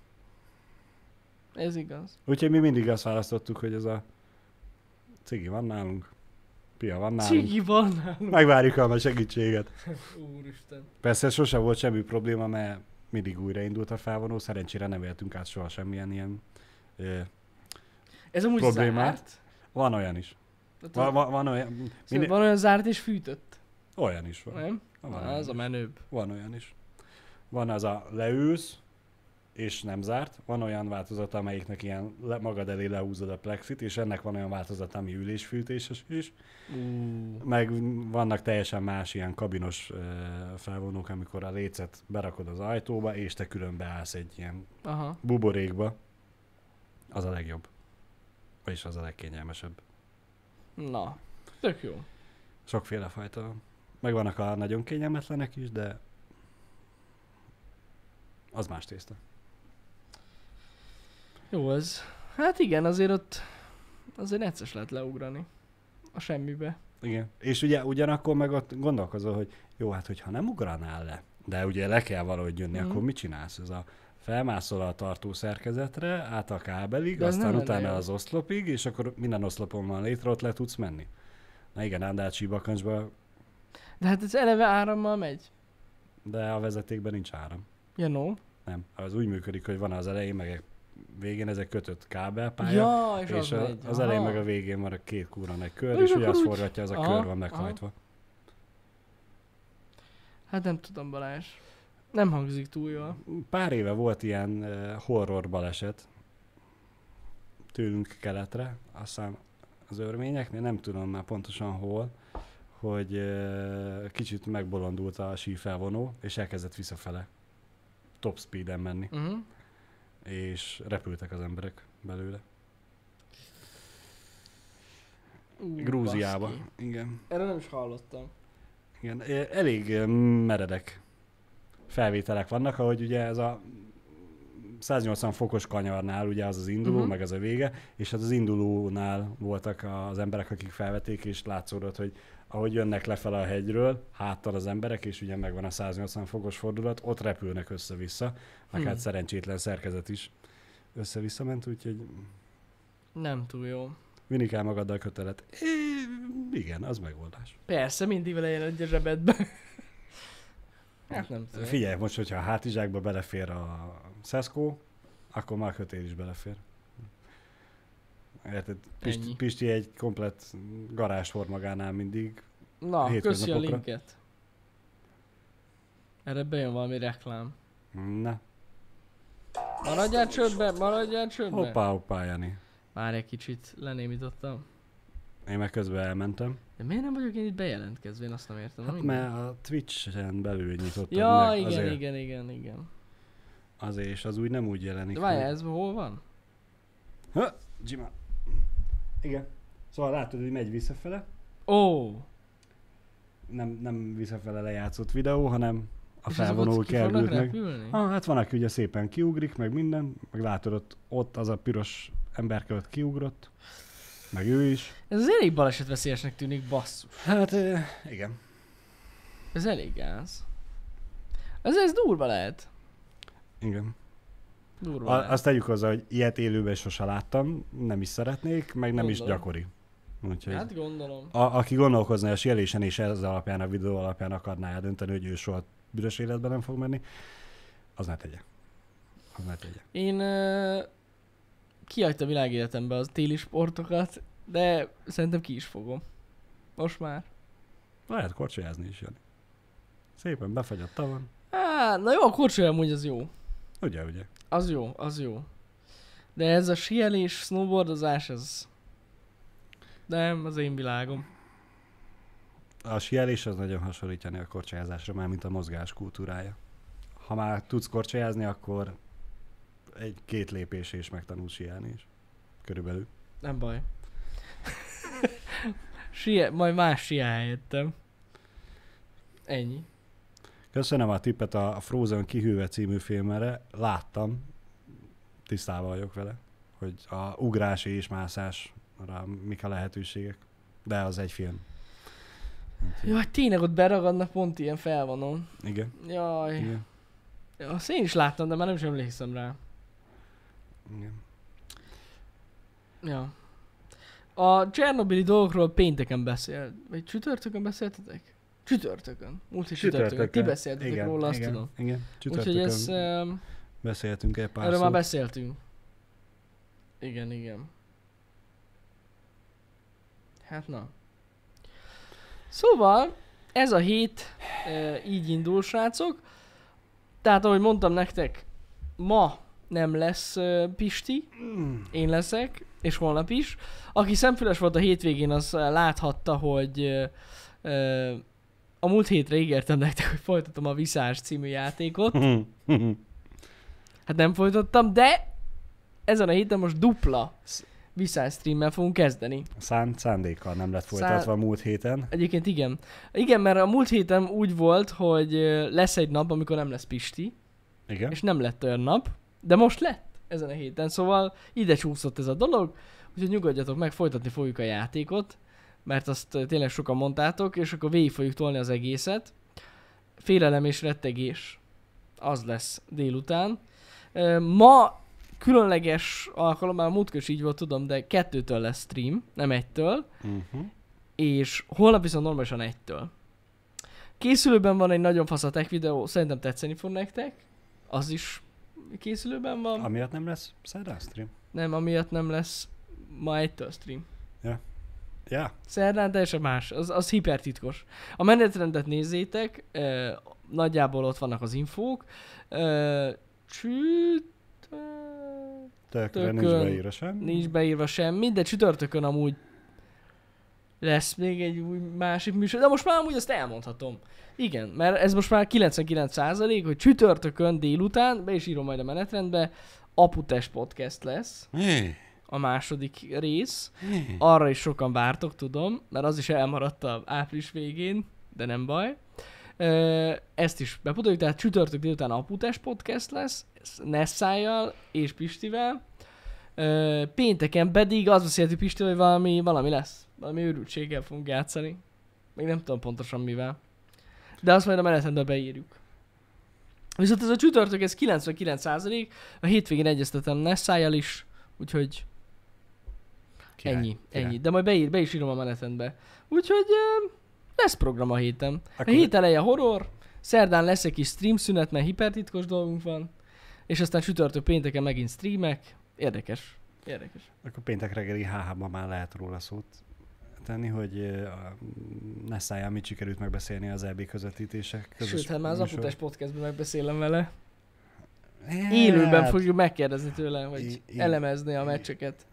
Ez igaz. Úgyhogy mi mindig azt választottuk, hogy ez a cigi van nálunk, pia van nálunk, cigi. Csigi van nálunk. megvárjuk a segítséget. Úristen. Persze sose volt semmi probléma, mert mindig újraindult a felvonó, szerencsére nem éltünk át soha semmilyen ilyen. Ö, Ez amúgy Problémát? zárt. van olyan is. Tehát Van, van, Szóval van olyan, Minden... minden, Van olyan zárt és fűtött, olyan is van. nem? Van Na, olyan ez a is. menőbb. Van olyan is. Van az a leülsz, és nem zárt. Van olyan változata, amelyiknek ilyen le, magad elé lehúzod a plexit, és ennek van olyan változata, ami ülésfűtéses is. Meg vannak teljesen más ilyen kabinos ö, felvonók, amikor a lécet berakod az ajtóba, és te külön beállsz egy ilyen Aha. buborékba. Az a legjobb. Vagyis az a legkényelmesebb. Na. Tök jó. Sokféle fajta van. Meg vannak a nagyon kényelmetlenek is, de Az más tészta. Jó ez. Hát igen, azért ott azért necces lehet leugrani a semmibe. Igen. És ugye ugyanakkor meg ott gondolkozol, hogy jó, hát hogyha nem ugranál le, de ugye le kell valahogy jönni, Mhm. akkor mit csinálsz? Ez a felmászol a tartó szerkezetre, át a kábelig, De az aztán nem lenne utána jó. az oszlopig, és akkor minden oszlopon van létre, ott le tudsz menni. Na igen, ám de át síbakancsba, De hát ez eleve árammal megy. de a vezetékben nincs áram. Ja, no. Nem. Az úgy működik, hogy van az elején, meg a végén ezek kötött kábelpálya, Ja, és, és, az, és a, megy. az elején Aha. meg a végén van a két kúra egy kör, Na, és és ugye akkor azt úgy- forgatja, az a aha, kör van aha. meghajtva. Hát nem tudom, Balázs. Nem hangzik túl jól. Pár éve volt ilyen uh, horror baleset tőlünk keletre, aztán az örményeknél, nem tudom már pontosan hol, hogy uh, kicsit megbolondult a sífelvonó, és elkezdett visszafele top speeden menni, Uh-huh. és repültek az emberek belőle. Ú, Grúziába. baszki. Igen. Erről nem is hallottam. Igen, e- elég e, meredek felvételek vannak, ahogy ugye ez a 180 fokos kanyarnál ugye az az induló, Mhm. uh-huh. meg az a vége, és hát az indulónál voltak az emberek, akik felvették, és látszódott, hogy ahogy jönnek lefelé a hegyről, háttal az emberek, és ugye megvan a 180 fokos fordulat, ott repülnek össze-vissza, meg Hmm. hát szerencsétlen szerkezet is össze-vissza ment, úgyhogy Nem túl jó. vinni kell magaddal kötelet. É, igen, az megoldás. Persze, mindig vele jön egy a zsebedbe. hát nem tudom. Figyelj, most, hogyha a hátizsákba belefér a Szeszkó, akkor már kötél is belefér. Érted? Pisti, Ennyi. Pisti egy komplett garázs hord magánál mindig. Na, köszi a hétköznapokra. linket. Erre bejön valami reklám. Na, Maradjál csöbbe, maradjál csöbbe. hoppá, hoppá, Jani. Már egy kicsit lenémítottam. Én meg közben elmentem. De miért nem vagyok én itt bejelentkezve? Én azt nem értem. na Hát mindegy. mert a Twitch-en belül nyitottam Ja, meg. igen, azért, igen, igen, igen. Azért, és az úgy nem úgy jelenik. De várjál, meg. ez hol van? Gyima. Igen. Szóval látod, hogy megy visszafele. Ó, Nem, nem visszafele lejátszott videó, hanem a és ezek ott felvonók ki fognak kerülnek. repülni? Ah, hát van, aki ugye szépen kiugrik, meg minden, meg látod ott, ott az a piros emberke ott kiugrott, meg ő is. Ez az elég balesetveszélyesnek tűnik, basszus. Hát eh, igen. Ez elég gáz. Ez, ez durva lehet. Igen. Durva A, lehet. azt tegyük hozzá, hogy ilyet élőben sose láttam, nem is szeretnék, meg nem is Gondolom. gyakori. Úgyhogy hát, Hát gondolom. a, aki gondolkozna a jelésen és ez alapján, a videó alapján akarná eldönteni, hogy ő soha büdös életben nem fog menni, az ne tegye. Az ne tegye. Én uh, kihagytam világéletembe az téli sportokat, de szerintem ki is fogom. Most már. Lehet korcsolyázni is, Jani. Szépen befagy a tavon. Á, na jó, a korcsolya amúgy az jó. Ugye, ugye? Az jó, az jó. De ez a sielés, snowboardozás, ez... Nem, az én világom. A síelés az nagyon hasonlítja a korcsolyázásra, már mint a mozgás kultúrája. Ha már tudsz korcsolyázni, akkor egy-két lépés és megtanulsz síelni is. Körülbelül. Nem baj. Sie, majd más sie helyettem. Ennyi. Köszönöm a tippet a Frozen kihűve című filmre. Láttam, tisztában vagyok vele, hogy a ugrás és mászásra mik a lehetőségek. De az egy film. Úgyhogy- Jaj, tényleg ott beragadnak pont ilyen felvonon. Igen. Jaj. Igen. Azt én is láttam, de már nem is emlékszem rá. Igen. Ja. A Csernobili dolgokról pénteken beszél, vagy csütörtökön beszéltetek? Csütörtökön. Múlt hét csütörtökön. Ti beszéltetek igen, róla, azt igen, tudom. Igen, Úgyhogy csütörtökön ez, em, beszéltünk egy pár erről szót. már beszéltünk. Igen, igen. Hát na. Szóval, ez a hét e, így indul, srácok. Tehát, ahogy mondtam nektek, ma nem lesz e, Pisti, Mm. én leszek, és holnap is. Aki szemfüles volt a hétvégén, az eh, láthatta, hogy eh, eh, a múlt hétre ígértem nektek, hogy folytatom a Viszás című játékot. Hát nem folytattam, de ezen a héten most dupla Viszás streammel fogunk kezdeni. Szánt szándékkal nem lett Szá- folytatva múlt héten. Egyébként igen. Igen, mert a múlt héten úgy volt, hogy eh, lesz egy nap, amikor nem lesz Pisti. Igen. és nem lett olyan nap, de most lett ezen a héten, szóval ide csúszott ez a dolog, úgyhogy nyugodjatok meg, folytatni fogjuk a játékot, mert azt ö, tényleg sokan mondtátok, és akkor végig fogjuk tolni az egészet. Félelem és rettegés, az lesz délután. Ö, Ma különleges alkalommal, múltkor is így volt, tudom, de kettőtől lesz stream, nem egytől Uh-huh. és holnap viszont normálisan egytől. Készülőben van egy nagyon fasz a tech videó, szerintem tetszeni fog nektek. Az is készülőben van. Amiatt nem lesz szerdán stream. Nem, amiatt nem lesz ma egytől stream. Ja, Szerdán teljesen más, az, az hipertitkos. A menetrendet nézzétek, ö, nagyjából ott vannak az infók. Ö, csüt, ö, tökre nincs Tökön. beírva sem. nincs beírva semmi, de csütörtökön amúgy lesz még egy új másik műsor, de most már amúgy ezt elmondhatom. Igen, mert ez most már 99% hogy csütörtökön délután, be is írom majd a menetrendbe, Aputes Podcast lesz, Hé, a második rész. hé. Arra is sokan vártok, tudom, mert az is elmaradt a április végén, de nem baj. Ö, Ezt is bepotoljuk, tehát csütörtök délután Aputes Podcast lesz, Nessájjal és Pistivel. Ö, Pénteken pedig az beszéltük Pistivel, hogy valami, valami lesz. Valami őrültséggel fogunk játszani. Még nem tudom pontosan mivel. De azt majd a menetembe beírjuk. Viszont ez a csütörtök, ez 99%, a hétvégén egyeztetem Nessájjal is, úgyhogy Király, ennyi, király. ennyi. De majd beír, be is írom a menetembe. Úgyhogy ö, lesz program a héten. Akkor A hét eleje horror, szerdán lesz egy kis stream szünet, mert hipertitkos dolgunk van, és aztán csütörtök pénteken megint streamek. Érdekes. Érdekes. Akkor péntek reggeli HH-ban már lehet róla szót tenni, hogy ö, a- ne szálljál, mit sikerült megbeszélni az EB közvetítések között. Sőt, hát már az aputás podcastben megbeszélem vele. Hát- Élőben fogjuk megkérdezni tőle, hogy I- i- elemezni a meccseket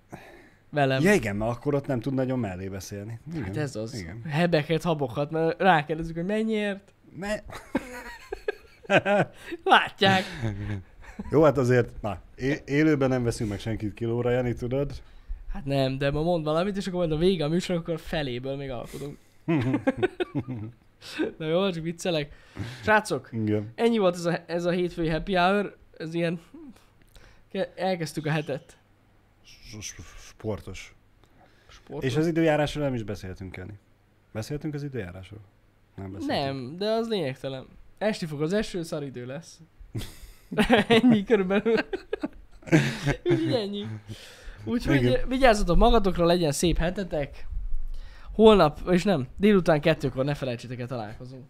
velem. Ja igen, mert akkor ott nem tud nagyon mellé beszélni. Igen, Hát ez az. Igen. Hebeket, habokat, mert rákérdezzük, hogy mennyiért. Me- Látják. Jó, hát azért, na, é- élőben nem veszünk meg senkit kilóra, Jani, tudod? Hát nem, de ma mond valamit, és akkor majd a vége a műsor, akkor feléből még alkotunk. Na jó, csak viccelek. Srácok, Igen. ennyi volt ez a, ez a hétfői happy hour. Ez ilyen... ke- Elkezdtük a hetet. S- s- Sportos. Sport. És az időjárásról nem is beszéltünk, Jani. Beszéltünk az időjárásról? Nem beszéltünk. Nem, de az lényegtelen. Esti fog az eső, szar idő lesz. ennyi körülbelül. Így ennyi. Úgyhogy Igen. vigyázzatok magatokra, legyen szép hetetek. Holnap, és nem, délután kettőkor ne felejtsétek el találkozunk.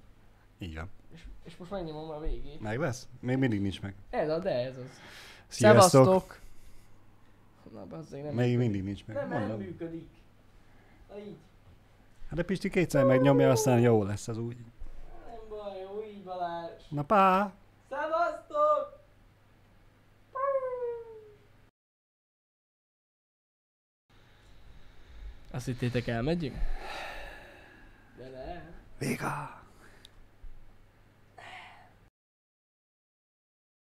Így van. És, és most megnyomom a végét. Meg lesz? Még mindig nincs meg. Ez a, de ez az. Sziasztok! Szevasztok! Na, bazzeg, nem Még működik. mindig nincs meg. Nem, nem Mondom. működik. Na így, Hát de Pisti kétszer megnyomja, aztán jó lesz az úgy. nem baj, jó, így Balázs. Na pá! Szevasztok! Azt hittétek elmegyünk? De nem. Véga!